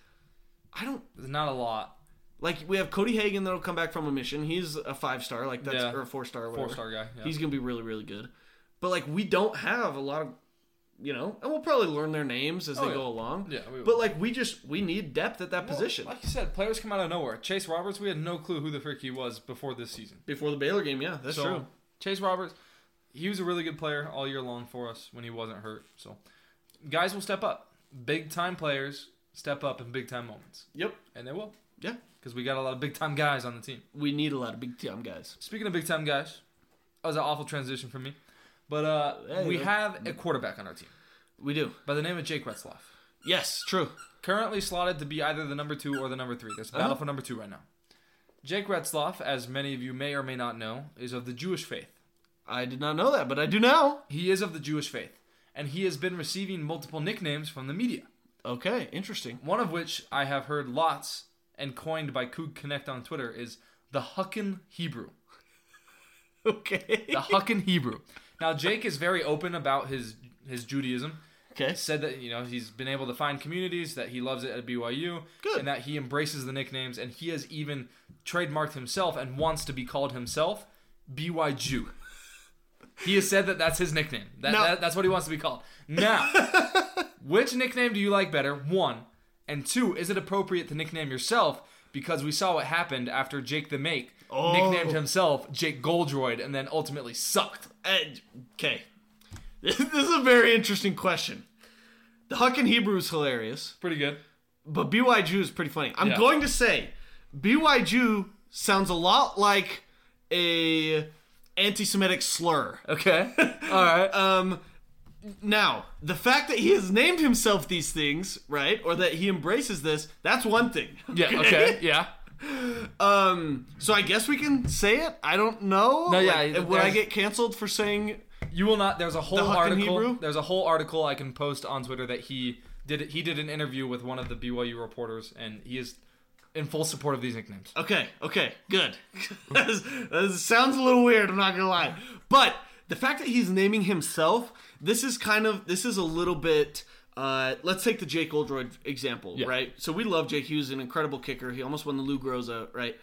I don't There's not a lot. like we have Cody Hagan that'll come back from a mission. He's a five star, like that's Yeah. or a four star, Four star guy. Yeah. He's gonna be really really good, but like we don't have a lot of, you know, and we'll probably learn their names as they Oh, yeah. go along. Yeah, we will. but like we just we need depth at that Well, position Like you said, players come out of nowhere. Chase Roberts, we had no clue who the frick he was before this season. before the Baylor game. Yeah, that's So, true. Chase Roberts, he was a really good player all year long for us when he wasn't hurt. So, guys will step up. Big time players step up in big time moments, Yep. and they will Yeah, because we got a lot of big time guys on the team. we need a lot of big time guys. Speaking of big time guys, that was an awful transition for me, but uh, Hey, we uh, have a quarterback on our team We do. by the name of Jake Retzloff. Yes, true. currently slotted to be either the number two or the number three. There's a battle for number two right now. Jake Retzloff, as many of you may or may not know, is of the Jewish faith. I did not know that, but I do now. He is of the Jewish faith, and he has been receiving multiple nicknames from the media. Okay, interesting. One of which I have heard lots and coined by Coog Connect on Twitter is the Huckin Hebrew. Okay. The Huckin Hebrew. Now Jake is very open about his his Judaism. Okay. said that you know he's been able to find communities that he loves it at BYU, Good. and that he embraces the nicknames, and he has even trademarked himself and wants to be called himself BY Jew. He has said that that's his nickname. That, Now- that- that's what he wants to be called. Now, which nickname do you like better? One and two. Is it appropriate to nickname yourself? Because we saw what happened after Jake the Make nicknamed himself Jake Goldroyd, and then ultimately sucked. Ed- okay. This is a very interesting question. The Huck in Hebrew is hilarious, Pretty good. but BY Jew is pretty funny. I'm Yeah. going to say BY Jew sounds a lot like a anti-Semitic slur. Okay. All right. Um now, the fact that he has named himself these things, right, or that he embraces this, that's one thing. yeah. Okay. Yeah. Um so I guess we can say it. I don't know. No, yeah, Like, would I there's- get canceled for saying You will not. There's a whole Huck in article. Hebrew? There's a whole article I can post on Twitter that he did. He did an interview with one of the BYU reporters, and he is in full support of these nicknames. Okay, okay, good. that, is- that is- sounds a little weird, I'm not gonna lie. But the fact that he's naming himself, this is kind of, this is a little bit. Uh, let's take the Jake Oldroyd example, Yeah. right? So we love Jake. He was an incredible kicker. He almost won the Lou Groza, right?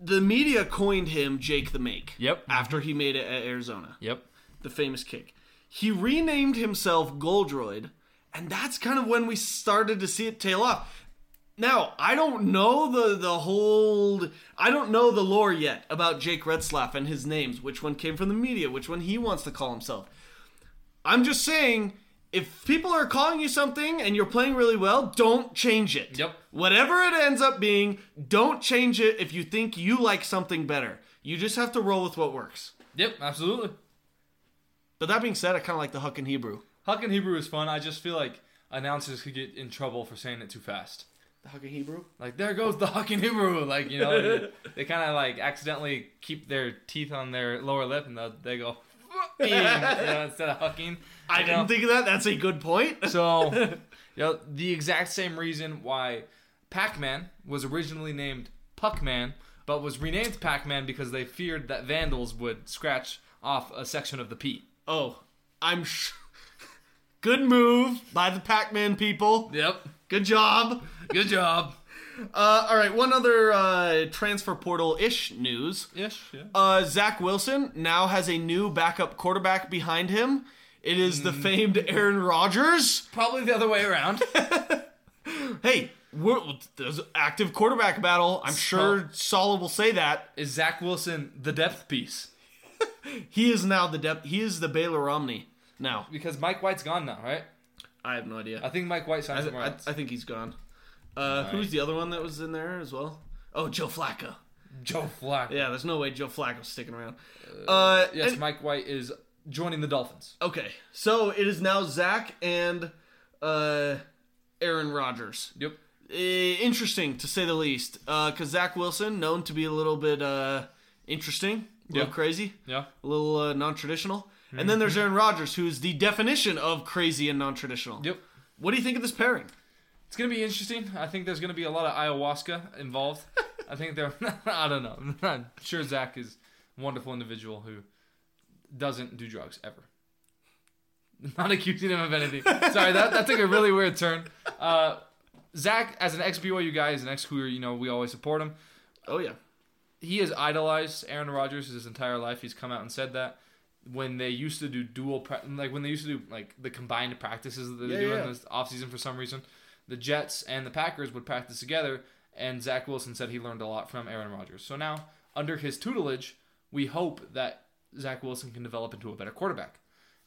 The media coined him Jake the Make. Yep. After he made it at Arizona Yep. the famous kick. He renamed himself Goldroid, and that's kind of when we started to see it tail off. Now, I don't know the the whole I don't know the lore yet about Jake Retzlaff and his names, which one came from the media, which one he wants to call himself. I'm just saying if people are calling you something and you're playing really well, don't change it. Yep. Whatever it ends up being, don't change it if you think you like something better. You just have to roll with what works. Yep. Absolutely. But that being said, I kind of like the Huck in Hebrew. Huck in Hebrew is fun. I just feel like announcers could get in trouble for saying it too fast. The Huck in Hebrew? Like there goes the Huck in Hebrew. Like you know, they kind of like accidentally keep their teeth on their lower lip, and they'll- they go. "Fucking," you know, instead of hucking. I didn't think of that. That's a good point. So, you know, the exact same reason why Pac-Man was originally named Puck-Man, but was renamed Pac-Man because they feared that vandals would scratch off a section of the P. Oh, I'm sh- good move by the Pac-Man people. Yep. Good job. Good job. Uh, all right, one other uh, transfer portal-ish news. Ish. Yeah. Uh, Zach Wilson now has a new backup quarterback behind him. It is the famed Aaron Rodgers. Probably the other way around. Hey, we're, there's an active quarterback battle. I'm sure Sala will say that. Is Zach Wilson the depth piece? He is now the depth. He is the Baylor Romney now. Because Mike White's gone now, right? I have no idea. I think Mike White signed I, somewhere I, else. I think he's gone. Uh, who was the other one that was in there as well? Oh, Joe Flacco. Joe Flacco. Yeah, there's no way Joe Flacco's sticking around. Uh, Yes, and- Mike White is joining the Dolphins. okay, so it is now Zach and uh, Aaron Rodgers. Yep. Uh, interesting to say the least, because Zach Wilson, known to be a little bit uh, interesting, a little Yeah. Mm-hmm. crazy, Yeah. a little uh, non-traditional. And then there's Aaron Rodgers, who is the definition of crazy and non-traditional. Yep. What do you think of this pairing? It's gonna be interesting. I think there's gonna be a lot of ayahuasca involved. I think they're. I don't know. I'm sure Zach is a wonderful individual who doesn't do drugs ever. Not accusing him of anything. Sorry, that, that took a really weird turn. Uh, Zach, as an ex BYU guy, as an ex cougar, you know we always support him. Oh yeah. He has idolized Aaron Rodgers his entire life. He's come out and said that when they used to do dual, pra- like when they used to do like the combined practices that they Yeah, do yeah, in yeah. the off season for some reason, the Jets and the Packers would practice together, and Zach Wilson said he learned a lot from Aaron Rodgers. So now, under his tutelage, we hope that Zach Wilson can develop into a better quarterback.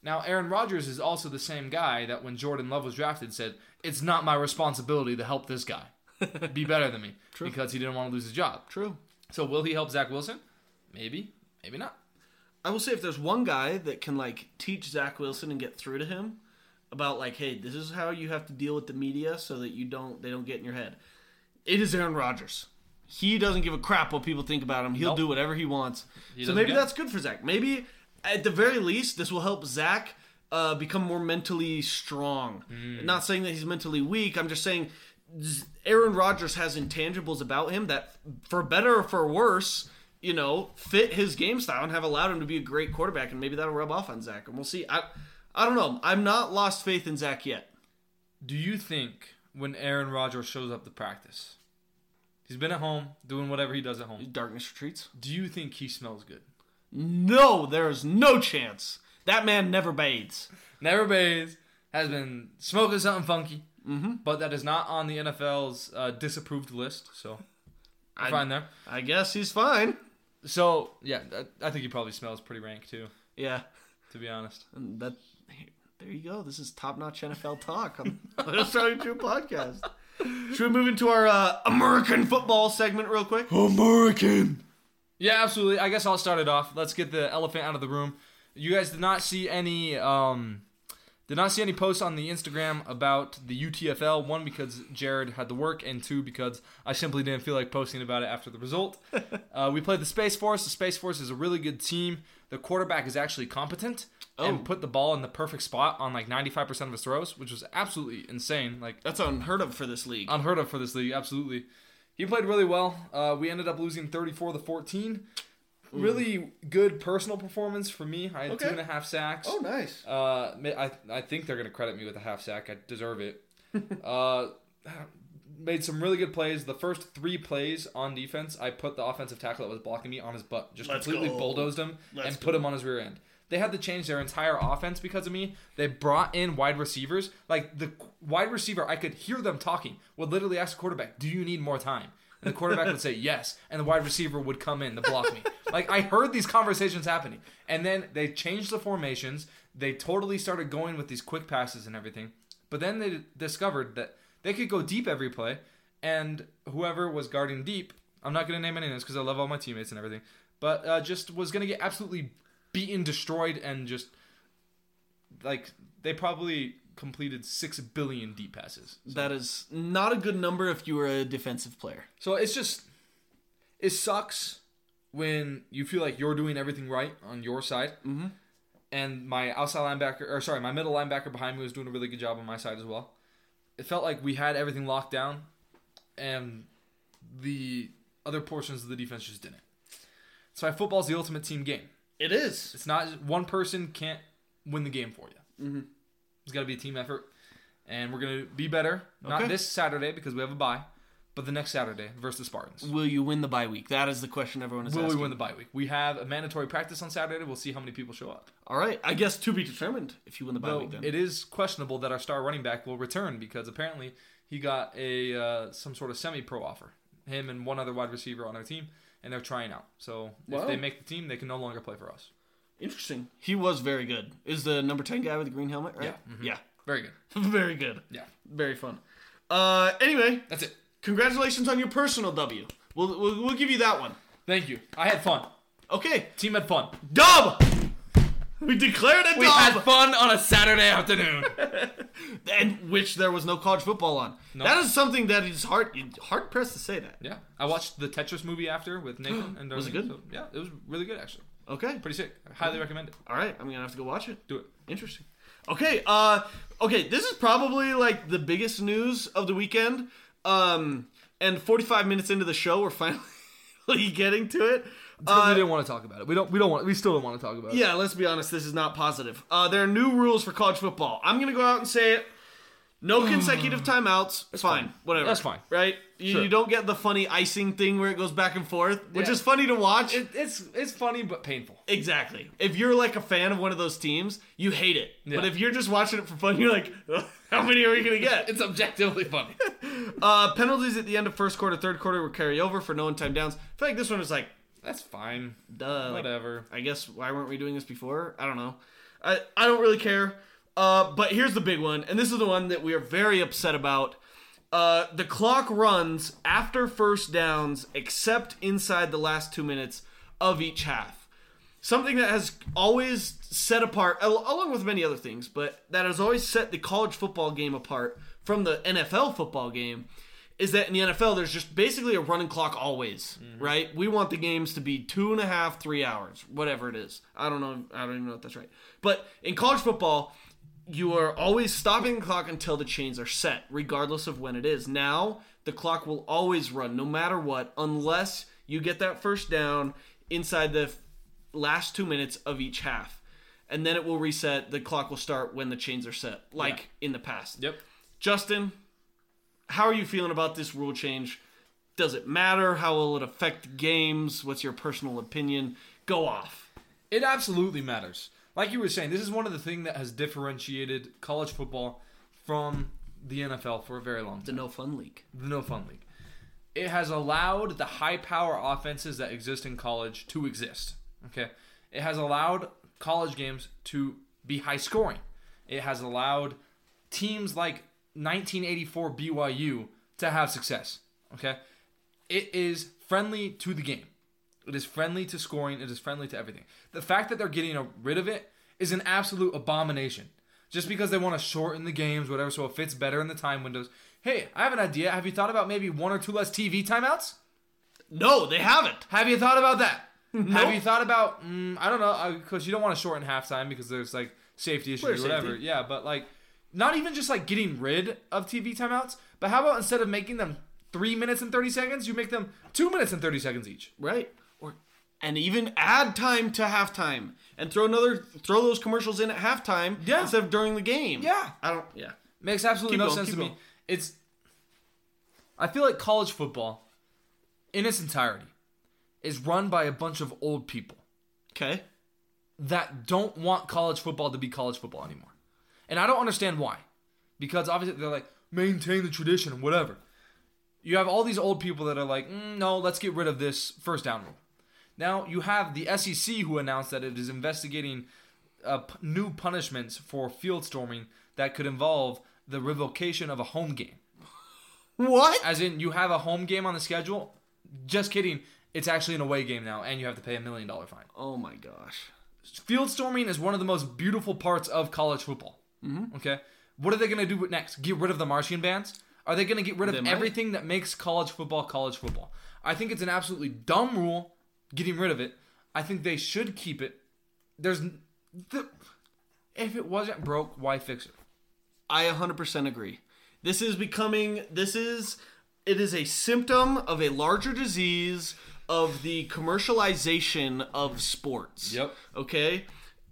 Now, Aaron Rodgers is also the same guy that when Jordan Love was drafted said, "It's not my responsibility to help this guy be better than me," because he didn't want to lose his job. True. So, will he help Zach Wilson? Maybe, maybe not. I will say if there's one guy that can like teach Zach Wilson and get through to him about like, hey, this is how you have to deal with the media so that you don't they don't get in your head. It is Aaron Rodgers. He doesn't give a crap what people think about him. He'll Nope. do whatever he wants. so doesn't maybe care. that's good for Zach. Maybe at the very least, this will help Zach uh, become more mentally strong. Not saying that he's mentally weak. I'm just saying Z- Aaron Rodgers has intangibles about him that, for better or for worse, you know, fit his game style and have allowed him to be a great quarterback. And maybe that'll rub off on Zach. And we'll see. I, I don't know. I'm not lost faith in Zach yet. Do you think when Aaron Rodgers shows up to practice, he's been at home doing whatever he does at home. Darkness retreats. Do you think he smells good? No, there's no chance. That man never bathes. Never bathes, has been smoking something funky, mm-hmm. but that is not on the NFL's uh, disapproved list. So I I- find there. I guess he's fine. So yeah, that, I think he probably smells pretty rank too. Yeah. To be honest, And that there you go. This is top notch NFL talk on the Australian True Podcast. Should we move into our uh, American football segment real quick? American. yeah, absolutely. I guess I'll start it off. Let's get the elephant out of the room. You guys did not see any. Um, Did not see any posts on the Instagram about the UTFL. One because Jared had the work, and two because I simply didn't feel like posting about it after the result. uh, we played the Space Force. The Space Force is a really good team. The quarterback is actually competent and put the ball in the perfect spot on like 95% of his throws, which was absolutely insane. Like That's unheard of for this league. unheard of for this league. Absolutely, he played really well. Uh, we ended up losing 34 to 14. Really good personal performance for me. I had Okay. Oh, two and a half sacks. nice. Uh, ma- I I think they're gonna credit me with a half sack. I deserve it. uh, made some really good plays. The first three plays on defense, I put the offensive tackle that was blocking me on his butt, just Let's completely go. bulldozed him and put him on his rear end. They had to change their entire offense because of me. They brought in wide receivers. Like the qu- wide receiver, I could hear them talking. Would literally ask the quarterback, "Do you need more time?" And the quarterback would say yes, and the wide receiver would come in to block me. Like I heard these conversations happening, and then they changed the formations. They totally started going with these quick passes and everything. But then they discovered that they could go deep every play, and whoever was guarding deep, I'm not going to name any names because I love all my teammates and everything, but uh, just was going to get absolutely beaten, destroyed, and just like they probably completed six billion deep passes. That is not a good number if you were a defensive player. So it's just it sucks when you feel like you're doing everything right on your side, mm-hmm. and my outside linebacker, or sorry, my middle linebacker behind me was doing a really good job on my side as well. It felt like we had everything locked down, and the other portions of the defense just didn't. So football's the ultimate team game. It is. It's not one person can't win the game for you. Mm-hmm. It's got to be a team effort, and we're gonna be better. Not Okay. this Saturday because we have a bye, but the next Saturday versus the Spartans. Will you win the bye week? That is the question everyone is Will we asking. win the bye week? We have a mandatory practice on Saturday. We'll see how many people show up. All right. I guess to be determined if you win the bye Though week then. it is questionable that our star running back will return because apparently he got a uh, some sort of semi-pro offer. Him and one other wide receiver on our team, and they're trying out. So Wow. if they make the team, they can no longer play for us. Interesting. He was very good. Is the number 10 guy with the green helmet, right? Mm-hmm. Yeah. Very good. very good. Yeah, Very fun. Uh, anyway, that's it. congratulations on your personal W. We'll, we'll, we'll give you that one. Thank you. I had fun. Okay, Team had fun. dub. We declared a We dub, had fun on a Saturday afternoon. and which there was no college football on. That is something that is hard hard pressed to say that. yeah, I watched the Tetris movie after with Nathan and Darlene. Was it good? so- yeah, it was really good actually. Okay. Pretty sick. I highly recommend it. All right. I'm gonna have to go watch it. Do it. Interesting. Okay. Uh. Okay. This is probably like the biggest news of the weekend. Um. And 45 minutes into the show, we're finally getting to it. Because we Uh, didn't want to talk about it. We don't. We don't want. We still don't want to talk about it. yeah, let's be honest. This is not positive. Uh, there are new rules for college football. I'm gonna go out and say it. No consecutive timeouts. fine. fine. Whatever. That's fine. Right? You, Sure. you don't get the funny icing thing where it goes back and forth, which Yeah. is funny to watch. It, it's it's funny but painful. exactly. If you're like a fan of one of those teams, you hate it. But if you're just watching it for fun, you're like, how many are we gonna get? It's objectively funny. uh, penalties at the end of first quarter, third quarter will carry over for no time downs. I feel like this one was like, That's fine. duh. like, Whatever. I guess why weren't we doing this before? I don't know. I, I don't really care. Uh, but here's the big one, and this is the one that we are very upset about. Uh, the clock runs after first downs, except inside the last two minutes of each half. Something that has always set apart, al- along with many other things, but that has always set the college football game apart from the NFL football game is that in the NFL, there's just basically a running clock always, right? We want the games to be two and a half, three hours, whatever it is. I don't know. I don't even know if that's right. But in college football, you are always stopping the clock until the chains are set, regardless of when it is. Now, the clock will always run, no matter what, unless you get that first down inside the f- last two minutes of each half. And then it will reset. The clock will start when the chains are set, like in the past. Yep. Justin, how are you feeling about this rule change? Does it matter? How will it affect games? What's your personal opinion? Go off. It absolutely matters. Like you were saying, this is one of the things that has differentiated college football from the NFL for a very long The time. no fun league. The no fun league. It has allowed the high power offenses that exist in college to exist. Okay. It has allowed college games to be high scoring. It has allowed teams like 1984 BYU to have success. Okay. It is friendly to the game. It is friendly to scoring. It is friendly to everything. The fact that they're getting rid of it is an absolute abomination. Just because they want to shorten the games, whatever, so it fits better in the time windows. Hey, I have an idea. Have you thought about maybe one or two less TV timeouts? No, they haven't. Have you thought about that? Have you thought about? Mm, I don't know, because you don't want to shorten halftime because there's like safety issues Player or whatever. safety. Yeah, but like, not even just like getting rid of TV timeouts, but how about instead of making them three minutes and thirty seconds, you make them two minutes and thirty seconds each? Right. Or and even add time to halftime and throw another throw those commercials in at halftime Yeah. instead of during the game. Yeah. I don't yeah. Makes absolutely no Keep going, sense keep to me. going. It's. I feel like college football, in its entirety, is run by a bunch of old people Okay. that don't want college football to be college football anymore. And I don't understand why. Because obviously they're like, maintain the tradition, whatever. You have all these old people that are like, "Mm, no, let's get rid of this first down rule. Now you have the SEC who announced that it is investigating uh, p- new punishments for field storming that could involve the revocation of a home game. What? As in, you have a home game on the schedule? Just kidding. It's actually an away game now, and you have to pay a million dollar fine Oh my gosh. field storming is one of the most beautiful parts of college football. Mm-hmm. Okay, what are they going to do next? Get rid of the marching bands? Are they going to get rid of might. everything that makes college football college football? I think it's an absolutely dumb rule, getting rid of it. I think they should keep it. There's, n- the, if it wasn't broke, why fix it? I 100% agree. This is becoming this is it is a symptom of a larger disease of the commercialization of sports. Yep. Okay?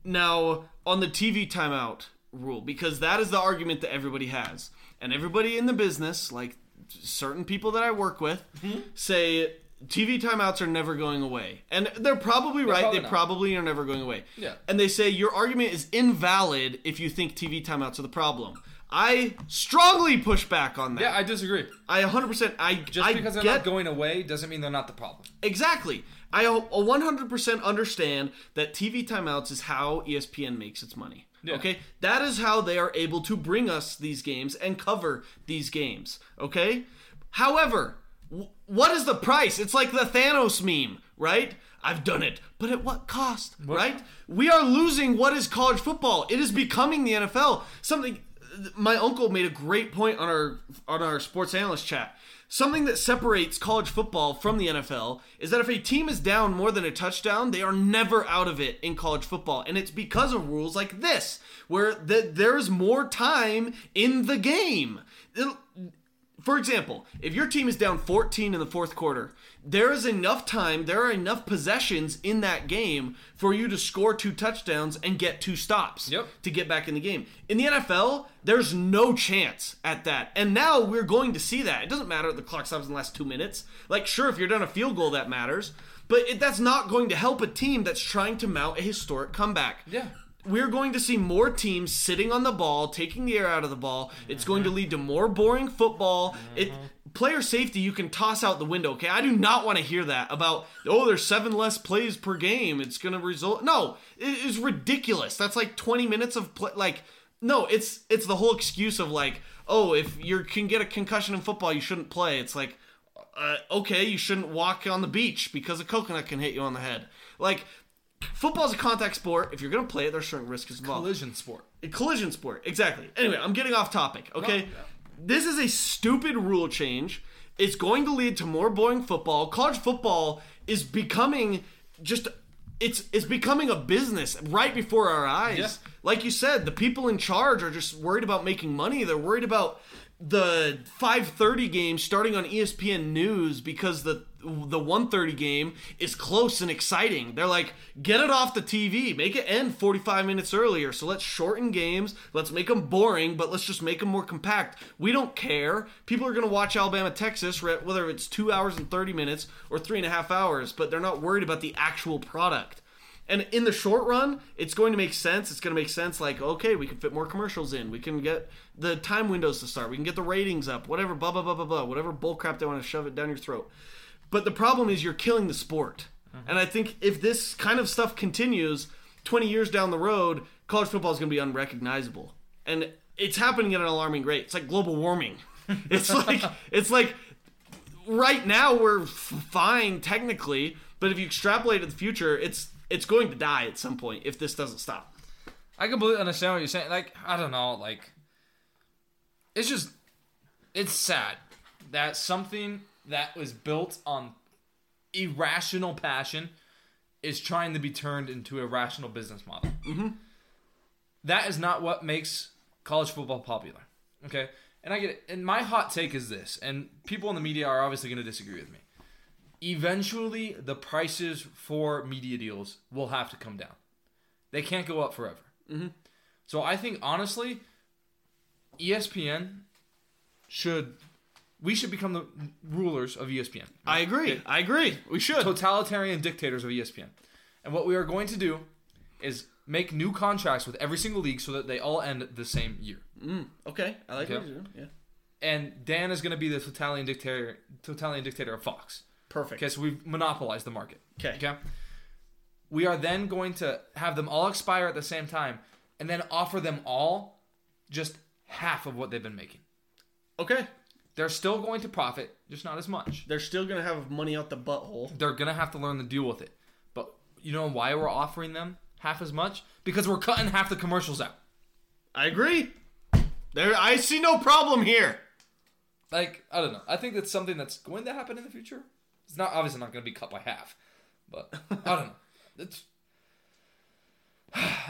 Now, on the TV timeout rule because that is the argument that everybody has. And everybody in the business, like certain people that I work with, Mm-hmm. say TV timeouts are never going away. And they're probably right. probably they not. probably are never going away. Yeah. And they say your argument is invalid if you think TV timeouts are the problem. I strongly push back on that. Yeah, I disagree. I 100%. I Just I because they're get not going away doesn't mean they're not the problem. Exactly. I o- 100% understand that TV timeouts is how E ESPN makes its money. Okay? That is how they are able to bring us these games and cover these games. Okay? However, w- what is the price? It's like the Thanos meme, right? I've done it, but at what cost, right? We are losing what is college football. It is becoming the NFL. Something th- my uncle made a great point on our on our sports analyst chat. Something that separates college football from the NFL is that if a team is down more than a touchdown, they are never out of it in college football, and it's because of rules like this, where th- there is more time in the game. It'll- for example, if your team is down 14 in the fourth quarter, there is enough time, there are enough possessions in that game for you to score two touchdowns and get two stops Yep. to get back in the game. In the NFL, there's no chance at that. And now we're going to see that. It doesn't matter if the clock stops in the last two minutes. Like, sure, if you're down a field goal, that matters. But it, that's not going to help a team that's trying to mount a historic comeback Yeah. we're going to see more teams sitting on the ball, taking the air out of the ball. It's going to lead to more boring football. It player safety you can toss out the window. Okay, I do not want to hear that about oh there's seven less plays per game. It's going to result no, it is ridiculous. That's like 20 minutes of play. Like no, it's it's the whole excuse of like oh if you can get a concussion in football you shouldn't play. It's like uh, okay you shouldn't walk on the beach because a coconut can hit you on the head. Like Football's a contact sport. If you're going to play it, there's certain risks involved. Collision sport. A collision sport, exactly. Anyway, I'm getting off topic, okay? This is a stupid rule change. It's going to lead to more boring football. College football is becoming just it's it's becoming a business right before our eyes. Yeah. Like you said, the people in charge are just worried about making money. They're worried about the 5:30 game starting on E ESPN News because the the 1:30 game is close and exciting. They're like, "Get it off the TV. Make it end 45 minutes earlier. So let's shorten games. Let's make them boring, but let's just make them more compact. We don't care. People are going to watch Alabama Texas re- whether it's 2 hours and 30 minutes or three and a half hours, but they're not worried about the actual product." And in the short run, it's going to make sense. It's going to make sense like, okay, we can fit more commercials in. We can get the time windows to start. We can get the ratings up, whatever, blah, blah, blah, blah, blah, whatever bull crap they want to shove it down your throat. But the problem is you're killing the sport. And I think if this kind of stuff continues 20 years down the road, college football is going to be unrecognizable. And it's happening at an alarming rate. It's like global warming. It's like, it's like, right now we're f- fine technically, but if you extrapolate to the future, it's it's going to die at some point if this doesn't stop. I completely understand what you're saying. Like, I don't know, like it's just it's sad that something that was built on irrational passion is trying to be turned into a rational business model. Mm-hmm. is not what makes college football popular. Okay? And I get it. And my hot take is this, and people in the media are obviously going to disagree with me. Eventually, the prices for media deals will have to come down. They can't go up forever. So I think honestly, E ESPN should we should become the rulers of E ESPN, I agree. I agree. We should. totalitarian dictators of E ESPN. And what we are going to do is make new contracts with every single league so that they all end the same year. okay, I like Yeah. what you're doing. Yeah, And Dan is going to be the totalitarian dictator, totalitarian dictator of Fox. perfect. Okay, so we've monopolized the market. 'Kay. Okay. We are then going to have them all expire at the same time and then offer them all just half of what they've been making. Okay, They're still going to profit, just not as much. they're still gonna have money out the butthole. They're going to have to learn to deal with it. But you know why we're offering them half as much? Because we're cutting half the commercials out. I agree. There, I see no problem here. Like, I don't know. I think that's something that's going to happen in the future. It's not obviously not going to be cut by half, but I don't know. It's,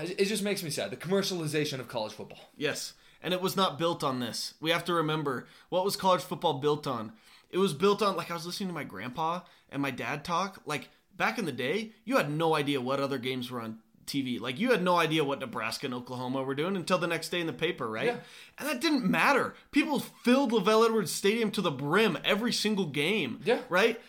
it just makes me sad. The commercialization of college football. Yes. And it was not built on this. We have to remember what was college football built on? It was built on like I was listening to my grandpa and my dad talk. Like back in the day, you had no idea what other games were on TV. Like you had no idea what Nebraska and Oklahoma were doing until the next day in the paper, right? Yeah. And that didn't matter. People filled Lavelle Edwards Stadium to the brim every single game. Yeah. Right?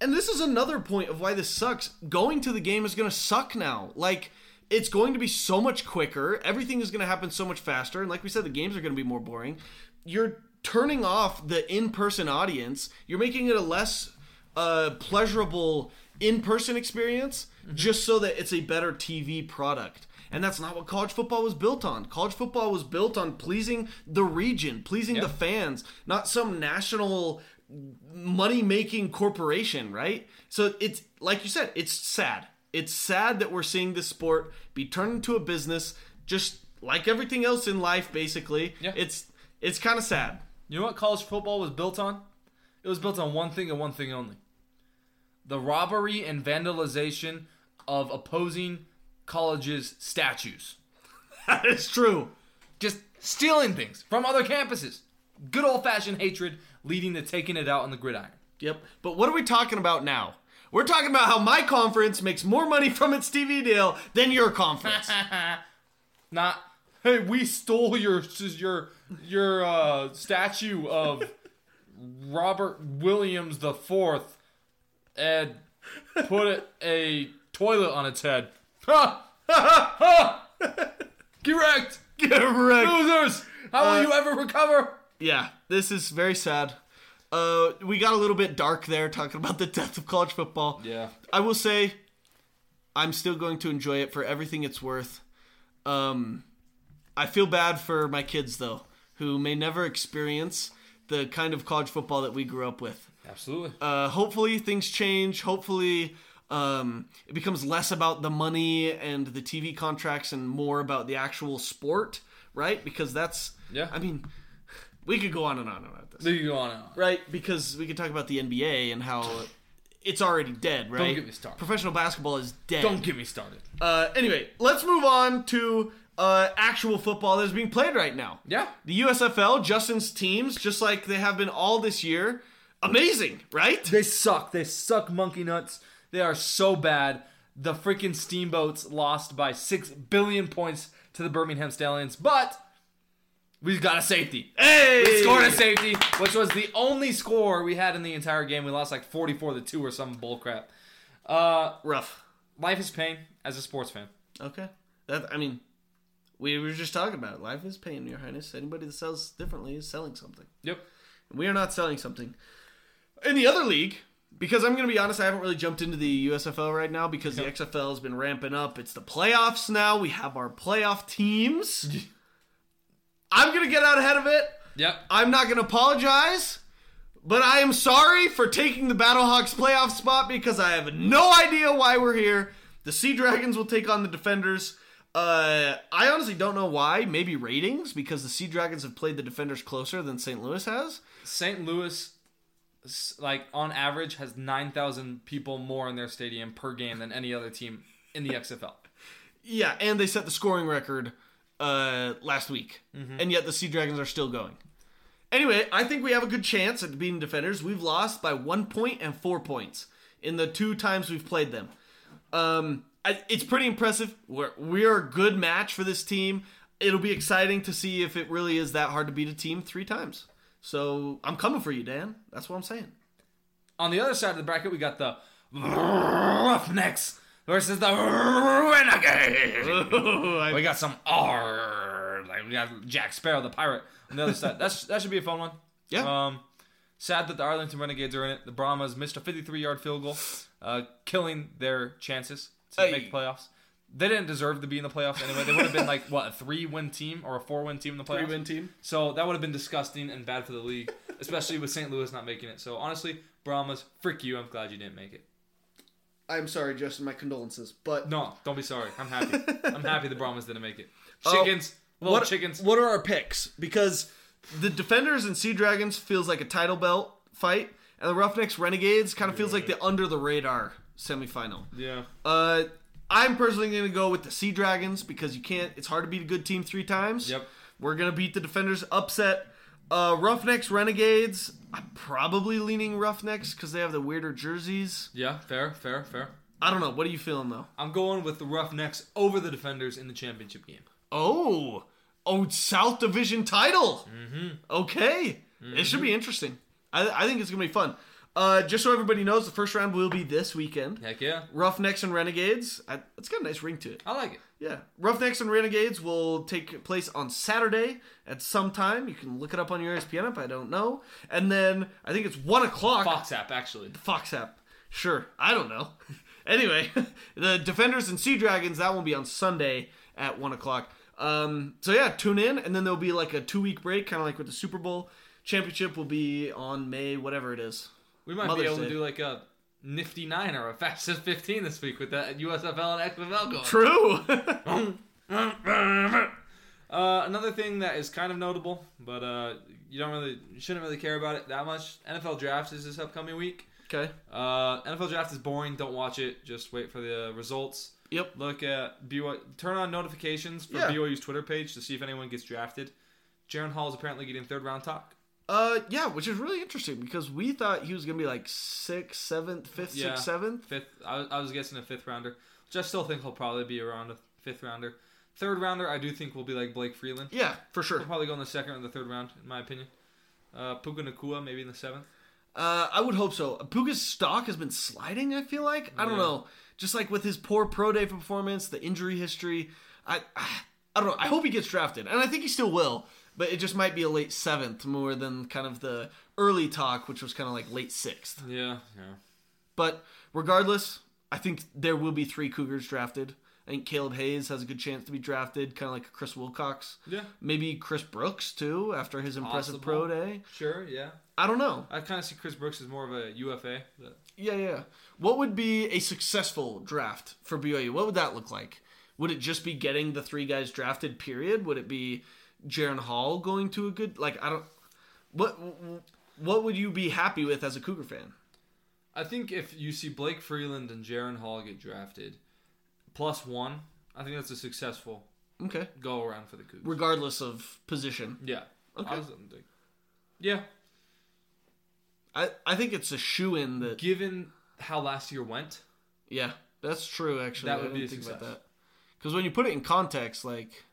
And this is another point of why this sucks. Going to the game is going to suck now. Like, it's going to be so much quicker. Everything is going to happen so much faster. And like we said, the games are going to be more boring. You're turning off the in person audience, you're making it a less uh, pleasurable in person experience just so that it's a better TV product. And that's not what college football was built on. College football was built on pleasing the region, pleasing the fans, not some national money making corporation, right? So it's like you said, it's sad. It's sad that we're seeing this sport be turned into a business just like everything else in life, basically, Yeah. it's it's kind of sad. You know what college football was built on? It was built on one thing and one thing only the robbery and vandalization of opposing colleges' statues. it's true. Just stealing things from other campuses. Good old fashioned hatred leading to taking it out on the gridiron. Yep. But what are we talking about now? We're talking about how my conference makes more money from its TV deal than your conference. Not, hey, we stole your your your uh, statue of Robert Williams the Fourth and put it, a toilet on its head. Ha! Ha! Ha! ha. Correct. Correct. Losers. How will you ever recover? Yeah, this is very sad. Uh, we got a little bit dark there talking about the death of college football. Yeah. I will say, I'm still going to enjoy it for everything it's worth. Um, I feel bad for my kids though, who may never experience the kind of college football that we grew up with. Absolutely. Uh, hopefully things change. Hopefully um, it becomes less about the money and the TV contracts and more about the actual sport, right? Because that's Yeah. I mean, we could go on and on about this, you go on and on. right? Because we could talk about the NBA and how it's already dead, right? get me started. Professional basketball is dead. Don't get me started. Uh, anyway, let's move on to uh, actual football that is being played right now. Yeah. The USFL, Justin's teams, just like they have been all this year, amazing, right? They suck. They suck monkey nuts. They are so bad. The freaking Steamboats lost by 6 billion points to the Birmingham Stallions, but we got a safety. Hey! We scored a safety, which was the only score we had in the entire game. We lost like 44 to 2 or some bull crap. Rough. Life is pain as a sports fan. Okay. That I mean, we were just talking about it. Life is pain, Your Highness. Anybody that sells differently is selling something. Yep. We are not selling something. In the other league, because I'm going to be honest, I haven't really jumped into the USFL right now because the XFL has been ramping up. It's the playoffs now. We have our playoff teams. I'm going to get out ahead of it. Yep. I'm not going to apologize, but I am sorry for taking the Battlehawks playoff spot because I have no idea why we're here. The Sea Dragons will take on the Defenders. Uh, I honestly don't know why. Maybe ratings because the Sea Dragons have played the Defenders closer than St. Louis has. St. Louis s- like on average has 9,000 people more in their stadium per game than any other team in the XFL. Yeah, and they set the scoring record uh, last week, and yet the Sea Dragons are still going. Anyway, I think we have a good chance at beating defenders. We've lost by one point and four points in the two times we've played them. Um, I, it's pretty impressive. We're we're a good match for this team. It'll be exciting to see if it really is that hard to beat a team three times. So I'm coming for you, Dan. That's what I'm saying. On the other side of the bracket, we got the Roughnecks versus the Renegades. we got some R. Like we got Jack Sparrow, the pirate, on the other side. That's that should be a fun one. yeah, Um, sad that the Arlington Renegades are in it. The Brahmas missed a 53-yard field goal, uh, killing their chances to Hey. make the playoffs. They didn't deserve to be in the playoffs anyway. They would have been like what a three-win team or a four-win team in the playoffs. Three-win team. So that would have been disgusting and bad for the league, especially with St. Louis not making it. So honestly, Brahmas, frick you. I'm glad you didn't make it. I'm sorry, Justin. My condolences, but No, don't be sorry. I'm happy. I'm happy the Brahmas didn't make it. Chickens, little Oh, what, chickens. What are our picks? Because the Defenders and Sea Dragons feels like a title belt fight, and the Roughnecks Renegades kind of feels like the under the radar semifinal. Yeah. Uh, I'm personally going to go with the Sea Dragons because you can't. It's hard to beat a good team three times. Yep. We're going to beat the Defenders upset. Uh, Roughnecks Renegades. I'm probably leaning Roughnecks because they have the weirder jerseys. Yeah. Fair. Fair. Fair. I don't know. What are you feeling though? I'm going with the Roughnecks over the Defenders in the championship game. Oh, oh, South Division title. Okay, it should be interesting. I, I think it's gonna be fun. Uh, just so everybody knows, the first round will be this weekend. Heck yeah. Roughnecks and Renegades. I, it's got a nice ring to it. I like it. Yeah, Roughnecks and Renegades will take place on Saturday at some time. You can look it up on your E ESPN app. I don't know. And then I think it's one o'clock. Fox app actually. Fox app. Sure, I don't know. anyway, the Defenders and Sea Dragons that will be on Sunday at one o'clock. Um, so yeah, tune in, and then there'll be like a two week break, kind of like with the Super Bowl championship will be on May whatever it is. We might Mother's be able Day. to do like a nifty nine or a fastest fifteen this week with that USFL and XFL going. True. Uh, another thing that is kind of notable, but uh, you don't really, you shouldn't really care about it that much. NFL drafts is this upcoming week. Okay. Uh, NFL draft is boring. Don't watch it. Just wait for the results. Yep. Look at BYU. Turn on notifications for Yeah. BYU's Twitter page to see if anyone gets drafted. Jaron Hall is apparently getting third round talk. Uh, yeah, which is really interesting because we thought he was gonna be like sixth, seventh, fifth, Yeah. sixth, seventh. Fifth. I, I was guessing a fifth rounder, which I still think he'll probably be around a fifth rounder. Third rounder, I do think will be like Blake Freeland. Yeah, for sure. He'll probably go in the second or the third round, in my opinion. Uh, Puka Nakua maybe in the seventh. Uh, I would hope so. Puka's stock has been sliding. I feel like I don't know, just like with his poor pro day performance, the injury history. I I don't know. I hope he gets drafted, and I think he still will. But it just might be a late seventh more than kind of the early talk, which was kind of like late sixth. Yeah, yeah. But regardless, I think there will be three Cougars drafted. I think Caleb Hayes has a good chance to be drafted, kind of like Chris Wilcox. Yeah. Maybe Chris Brooks too, after his impressive pro Possible. day. Sure, yeah. I don't know. I kind of see Chris Brooks as more of a UFA. but- Yeah, yeah. What would be a successful draft for BYU? What would that look like? Would it just be getting the three guys drafted? Period. Would it be Jaron Hall going to a good like? I don't. What what would you be happy with as a Cougar fan? I think if you see Blake Freeland and Jaron Hall get drafted, plus one, I think that's a successful Okay. go around for the Cougars. Regardless of position, yeah. Okay. I was, like, yeah. I I think it's a shoe in that. Given how last year went, Yeah, that's true. Actually, That I would be didn't a think about success. that. Because when you put it in context, like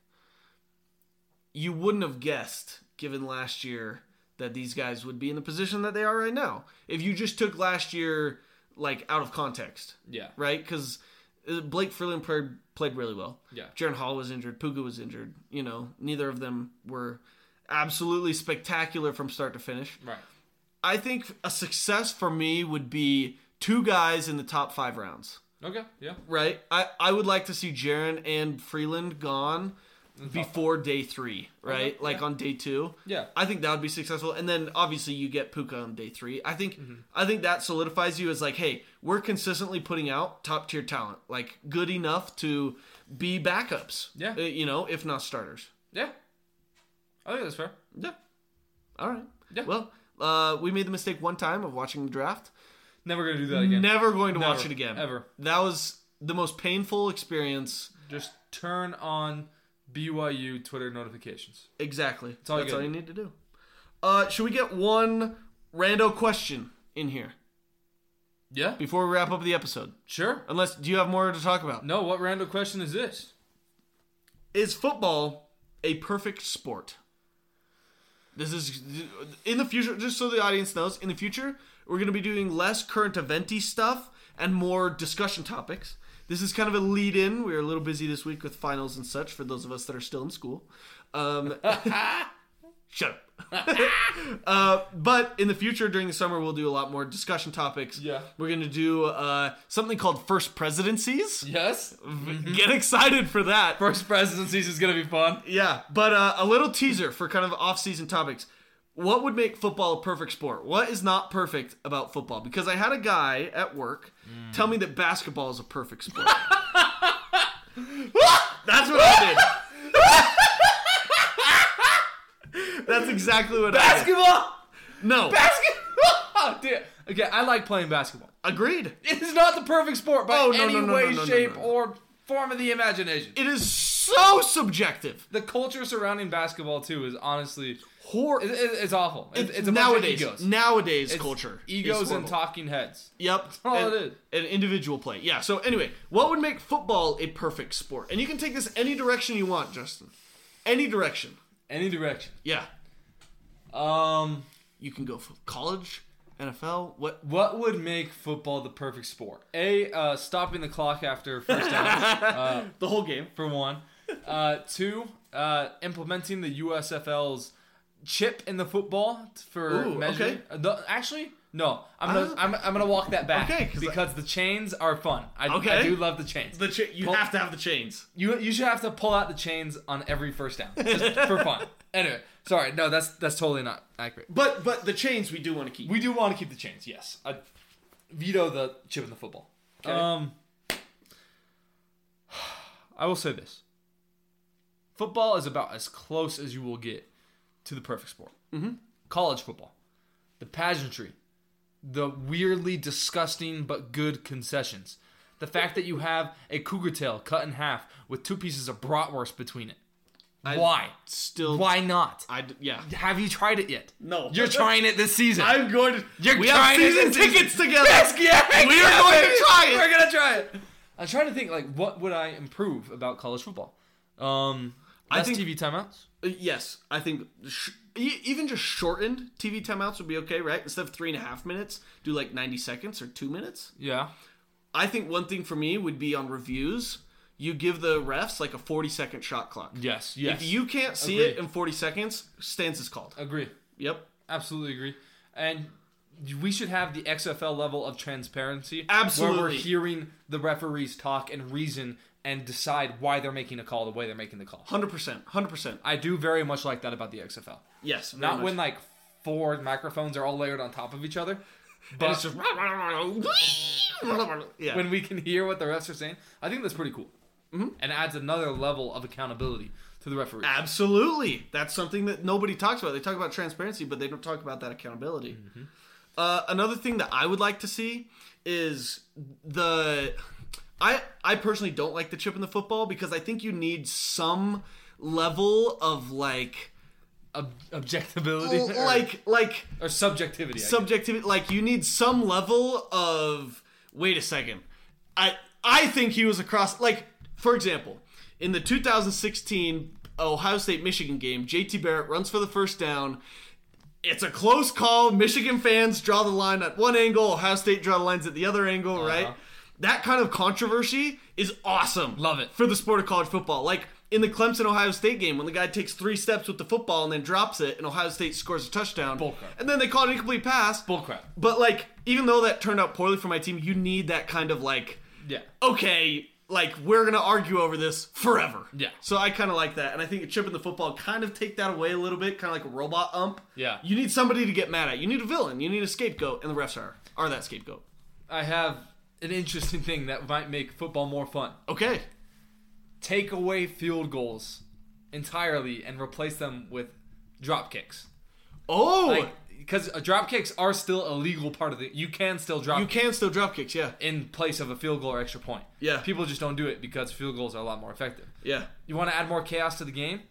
you wouldn't have guessed, given last year, that these guys would be in the position that they are right now. If you just took last year like out of context, yeah. right? Because Blake Freeland played played really well. Yeah. Jaron Hall was injured. Puka was injured. You know, neither of them were absolutely spectacular from start to finish. Right. I think a success for me would be two guys in the top five rounds Okay, yeah. right? I, I would like to see Jaron and Freeland gone before day three, right? like on day two. Mm-hmm. Uh-huh. Yeah. I think that would be successful. And then obviously you get Puka on day three. I think Mm-hmm. I think that solidifies you as like, hey, we're consistently putting out top tier talent, like good enough to be backups. Yeah. uh, you know, if not starters. Yeah. I think that's fair. Yeah. All right. Yeah. Well, uh, we made the mistake one time of watching the draft. Never going to do that again. Never going to watch Never. it again. Ever. That was the most painful experience. Just turn on BYU Twitter notifications. Exactly. all That's good. all you need to do. Uh, should we get one rando question in here Yeah. before we wrap up the episode? Sure. Unless, do you have more to talk about? No, what random question is this? Is football a perfect sport? This is in the future, just so the audience knows. In the future, we're going to be doing less current eventy stuff and more discussion topics. This is kind of a lead in. We are a little busy this week with finals and such for those of us that are still in school. Um, shut up. Uh, But in the future, during the summer, we'll do a lot more discussion topics. Yeah. We're going to do uh, something called First Presidencies. Yes. Get excited for that. First presidencies is going to be fun. yeah. But uh, a little teaser for kind of off season topics. What would make football a perfect sport? What is not perfect about football? Because I had a guy at work tell me that basketball is a perfect sport. That's what I did. That's exactly what Basketball! I did. No. Basketball! Dude. Oh, Okay, I like playing basketball. Agreed. It is not the perfect sport by Oh, no, any no, no, way, no, no, no, shape, no. or form of the imagination. It is so subjective. the culture surrounding basketball, too, is honestly. Hor- It, it- it's awful. It- it's a nowadays, bunch of egos. nowadays It's culture, is Egos and horrible. talking heads. Yep, all and, it is. An individual play. Yeah. So anyway, what would make football a perfect sport? And you can take this any direction you want, Justin. Any direction. Any direction. Yeah. Um, You can go for college, NFL. What? what would make football the perfect sport? A, uh, stopping the clock after first down. The whole game. for one. Uh, two, uh, implementing the USFL's chip in the football t- for Ooh, measuring. okay. uh, the- actually, no, I'm gonna I'm, I'm gonna walk that back Okay, 'cause I- because the chains are fun. I, I Okay. do love the chains. The cha- you have to have the chains. you you should have to pull out the chains on every first down just for fun. Anyway, sorry, no, that's that's totally not accurate. But but the chains we do want to keep. We do want to keep the chains, yes. I veto the chip in the football. Um, I will say this: Football is about as close as you will get to the perfect sport. Mm-hmm. College football, the pageantry, the weirdly disgusting but good concessions, the fact that you have a cougar tail cut in half with two pieces of bratwurst between it. Why? Still, Why not? I d- yeah. Have you tried it yet? No. You're trying it this season. I'm going to. You're we trying have it season this season. tickets together. Yes, yeah, We are going to baby. try it. We're gonna try it. I'm trying to think like what would I improve about college football? Um, I less think- TV timeouts. Uh, Yes, I think sh- e- even just shortened TV timeouts would be okay, right? Instead of three and a half minutes, do like 90 seconds or two minutes. Yeah. I think one thing for me would be on reviews. You give the refs like a 40 second shot clock. Yes. Yes. If you can't see it Agreed. in 40 seconds, stance is called. agree, Yep. absolutely agree, and we should have the XFL level of transparency. where we're Absolutely. hearing the referees talk and reason and decide why they're making a call the way they're making the call. 100%. 100%. I do very much like that about the XFL. Yes. very Not much. when like four microphones are all layered on top of each other, but It's just- yeah. when we can hear what the refs are saying. I think that's pretty cool, mm-hmm. and adds another level of accountability to the referee. Absolutely. That's something that nobody talks about. They talk about transparency, but they don't talk about that accountability. Uh, another thing that I would like to see is the. I, I personally don't like the chip in the football because I think you need some level of like Ob- objectivity, or, like like or subjectivity. I guess. subjectivity like you need some level of wait a second i i think he was across like for example in the 2016 ohio state michigan game jt barrett runs for the first down it's a close call michigan fans draw the line at one angle ohio state draw the lines at the other angle Uh-huh. right that kind of controversy is awesome Love it. for the sport of college football like in the Clemson Ohio State game, when the guy takes three steps with the football and then drops it, and Ohio State scores a touchdown, Bullcrap. and then they call it an incomplete pass. Bullcrap. But like, even though that turned out poorly for my team, you need that kind of like, Yeah. okay, like we're gonna argue over this forever. Yeah. So I kind of like that, and I think a chip in the football kind of take that away a little bit, kind of like a robot ump. Yeah. You need somebody to get mad at. You need a villain. You need a scapegoat, and the refs are are that scapegoat. I have an interesting thing that might make football more fun. Okay. Take away field goals entirely and replace them with drop kicks. Oh. Because drop kicks are still a legal part of the. You can still drop. you can still drop kicks, yeah. in place of a field goal or extra point. Yeah. People just don't do it because field goals are a lot more effective. Yeah. You want to add more chaos to the game?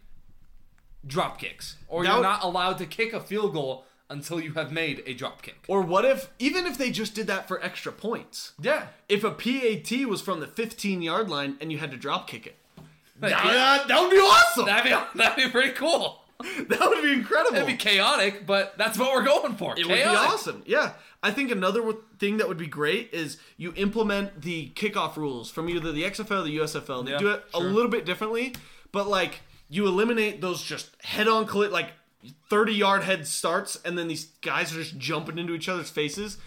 Drop kicks. Or That you're would- not allowed to kick a field goal until you have made a drop kick. Or what if even if they just did that for extra points? Yeah. If a PAT was from the 15 yard line and you had to drop kick it. Like, That, that would be awesome. That, That'd be that'd be pretty cool. would be incredible. It'd be chaotic, but that's what we're going for. it would be awesome. Yeah. I think another w- thing that would be great is you implement the kickoff rules from either the XFL or the USFL. They Yeah, do it sure. a little bit differently, but like you eliminate those just head on colli like 30 yard head starts, and then these guys are just jumping into each other's faces.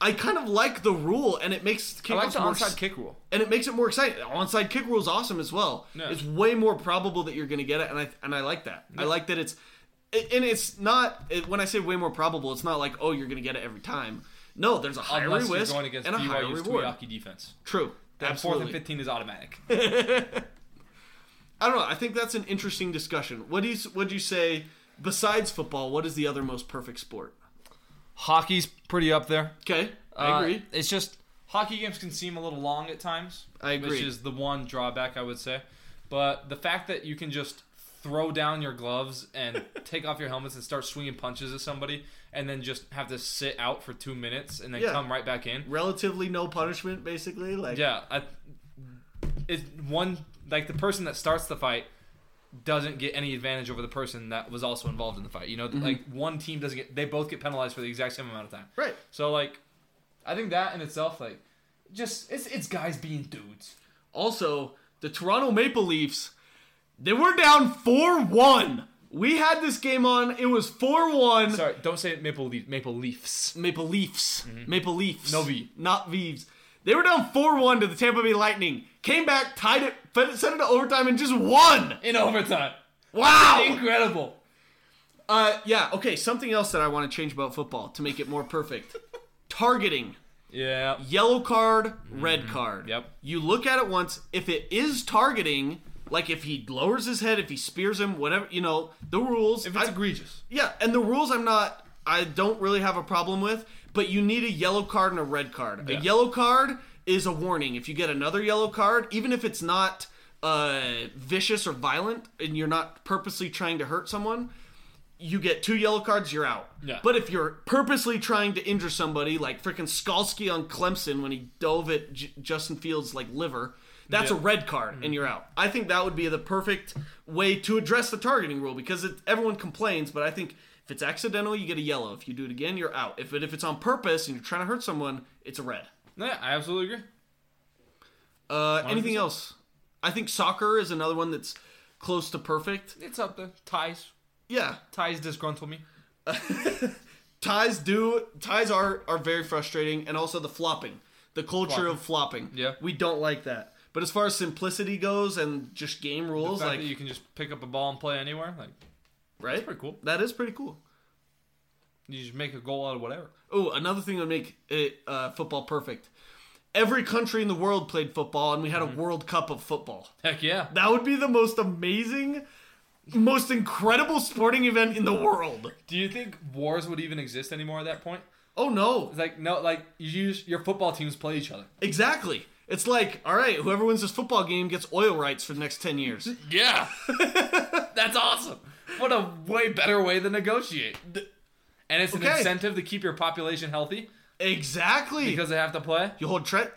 I kind of like the rule, and it makes kickoffs I like the more onside s- kick rule. and it makes it more exciting. Onside kick rule is awesome as well. Yeah. It's way more probable that you're going to get it, and I and I like that. I like that it's, it- and it's not it, when I say way more probable, it's not like oh you're going to get it every time. No, there's a higher Unless you're risk going against and a higher BYU's reward. Tuiaki defense. True, That fourth and absolutely. fifteen is automatic. I don't know. I think that's an interesting discussion. What do you would you say besides football? What is the other most perfect sport? Hockey's pretty up there. Okay, Uh, I agree. It's just hockey games can seem a little long at times. I agree. Which is the one drawback I would say. But the fact that you can just throw down your gloves and take off your helmets and start swinging punches at somebody, and then just have to sit out for two minutes and then Yeah. come right back in. Relatively no punishment, basically. Like Yeah, I, it one like the person that starts the fight doesn't get any advantage over the person that was also involved in the fight. You Mm-hmm. know, like one team doesn't get they both get penalized for the exact same amount of time. Right. So like, I think that in itself like just it's it's guys being dudes. Also, the Toronto Maple Leafs, they were down 4 1. We had this game on. It was 4 1. Sorry, don't say Maple Leaf Maple Leafs. Maple Leafs. Maple Mm-hmm. Leafs. No V. Not V's. They were down 4 1 to the Tampa Bay Lightning. Came back, tied it, fed it, sent it to overtime, and just won. In overtime. Wow. Incredible. Uh, yeah, okay. Something else that I want to change about football to make it more perfect targeting. Yeah. yellow card, red card. Mm-hmm. Yep. You look at it once. If it is targeting, Like if he lowers his head, if he spears him, whatever you know, the rules. If it's I- egregious. yeah, and the rules I'm not I don't really have a problem with, but you need a yellow card and a red card. Yeah. A yellow card is a warning. If you get another yellow card, even if it's not uh, vicious or violent and you're not purposely trying to hurt someone, you get two yellow cards, you're out. Yeah. But if you're purposely trying to injure somebody, like freaking Skalski on Clemson when he dove at J- Justin Fields' like liver, that's a red card and you're out. I think that would be the perfect way to address the targeting rule because it, everyone complains, but I think if it's accidental, you get a yellow. If you do it again, you're out. If it, if it's on purpose and you're trying to hurt someone, it's a red. Yeah, I absolutely agree. Uh, anything 100%. else? I think soccer is another one that's close to perfect. It's up there. Ties. Yeah, Ties disgruntle me. ties do ties are are very frustrating and also the flopping the culture of flopping Yeah. we don't like that but as far as simplicity goes and just game The rules fact like that you can just pick up a ball and play anywhere. Like, right pretty cool. that is pretty cool you just make a goal out of whatever. oh another thing that would make it uh, football perfect every country in the world played football and we had Mm-hmm. a world cup of football Heck yeah. that would be the most amazing most incredible sporting event in the world Do you think wars would even exist anymore at that point? oh no It's like, no, like, you just, your football teams play each other. exactly it's like all right whoever wins this football game gets oil rights for the next 10 years Yeah. That's awesome. What a way better way to negotiate. And it's an Okay. incentive to keep your population healthy exactly because they have to play. You hold Trent.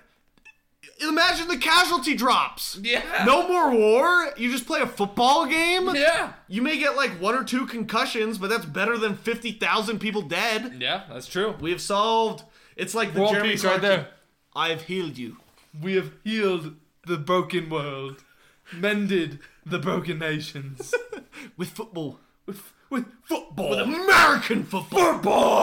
Imagine the casualty drops. Yeah. No more war. You just play a football game. Yeah. You may get like one or two concussions, but that's better than fifty thousand people dead. Yeah, that's true. We have solved. It's like the World Jeremy peace right Clarke- there. I've healed you. We have healed the broken world, mended the broken nations with football. with football. American football.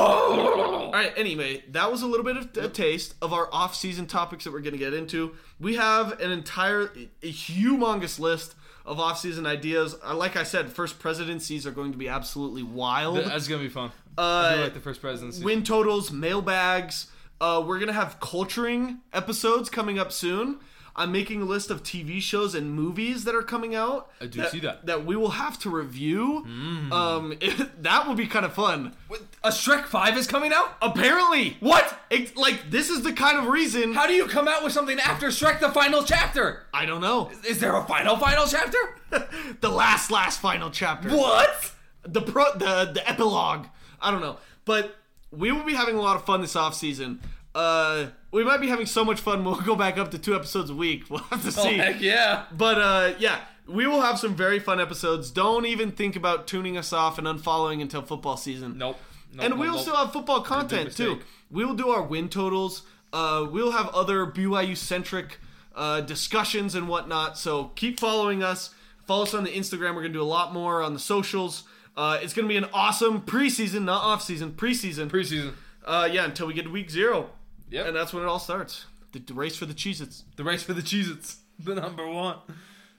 All right. Anyway, that was a little bit of a taste of our off-season topics that we're going to get into. We have an entire, a humongous list of off-season ideas. Uh, Like I said, first presidencies are going to be absolutely wild. That's gonna be fun. I do like the first presidency. Win totals, mailbags. Uh, we're going to have culturing episodes coming up soon. I'm making a list of TV shows and movies that are coming out. I do see that. Mm. That we will have to review. Um, that will be kind of fun. a Shrek Five is coming out. Apparently, what? It, like this is the kind of reason How do you come out with something after Shrek the final chapter? I don't know. Is there a final final chapter? The last, last, final chapter. What? The pro, the the epilogue. I don't know, but we will be having a lot of fun this off season. Uh, we might be having so much fun. We'll go back up to two episodes a week. We'll have to Oh, see. heck yeah. But uh, yeah, we will have some very fun episodes. Don't even think about tuning us off and unfollowing until football season. Nope. Nope, and nope, we will nope. still have football content too. mistake. We will do our win totals. Uh, we'll have other BYU centric uh, discussions and whatnot. So keep following us. Follow us on the Instagram. We're gonna do a lot more on the socials. Uh, it's gonna be an awesome preseason, not off season, preseason. Preseason. uh, yeah, until we get to week zero, Yep. and that's when it all starts. The the race for the Cheez-Its. the race for the Cheez-Its. The number one.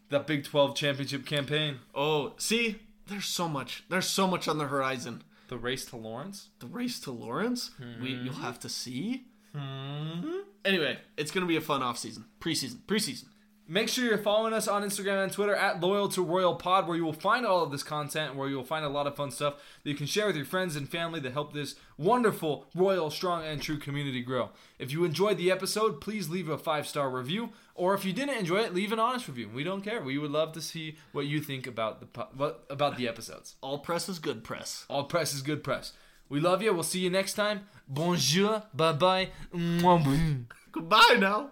The Big Twelve championship campaign. Oh, see, there's so much. There's so much on the horizon. The race to Lawrence. The race to Lawrence, we you'll have to see. Hmm? Anyway, it's gonna be a fun off season, preseason, preseason. Make sure you're following us on Instagram and Twitter at Loyal to Royal Pod, where you will find all of this content, where you will find a lot of fun stuff that you can share with your friends and family to help this wonderful, royal, strong, and true community grow. If you enjoyed the episode, please leave a five star review, or if you didn't enjoy it, leave an honest review. We don't care. We would love to see what you think about the po- what, about the episodes. All press is good press. All press is good press. We love you. We'll see you next time. Bonjour. Bye bye. Mwah. Goodbye now.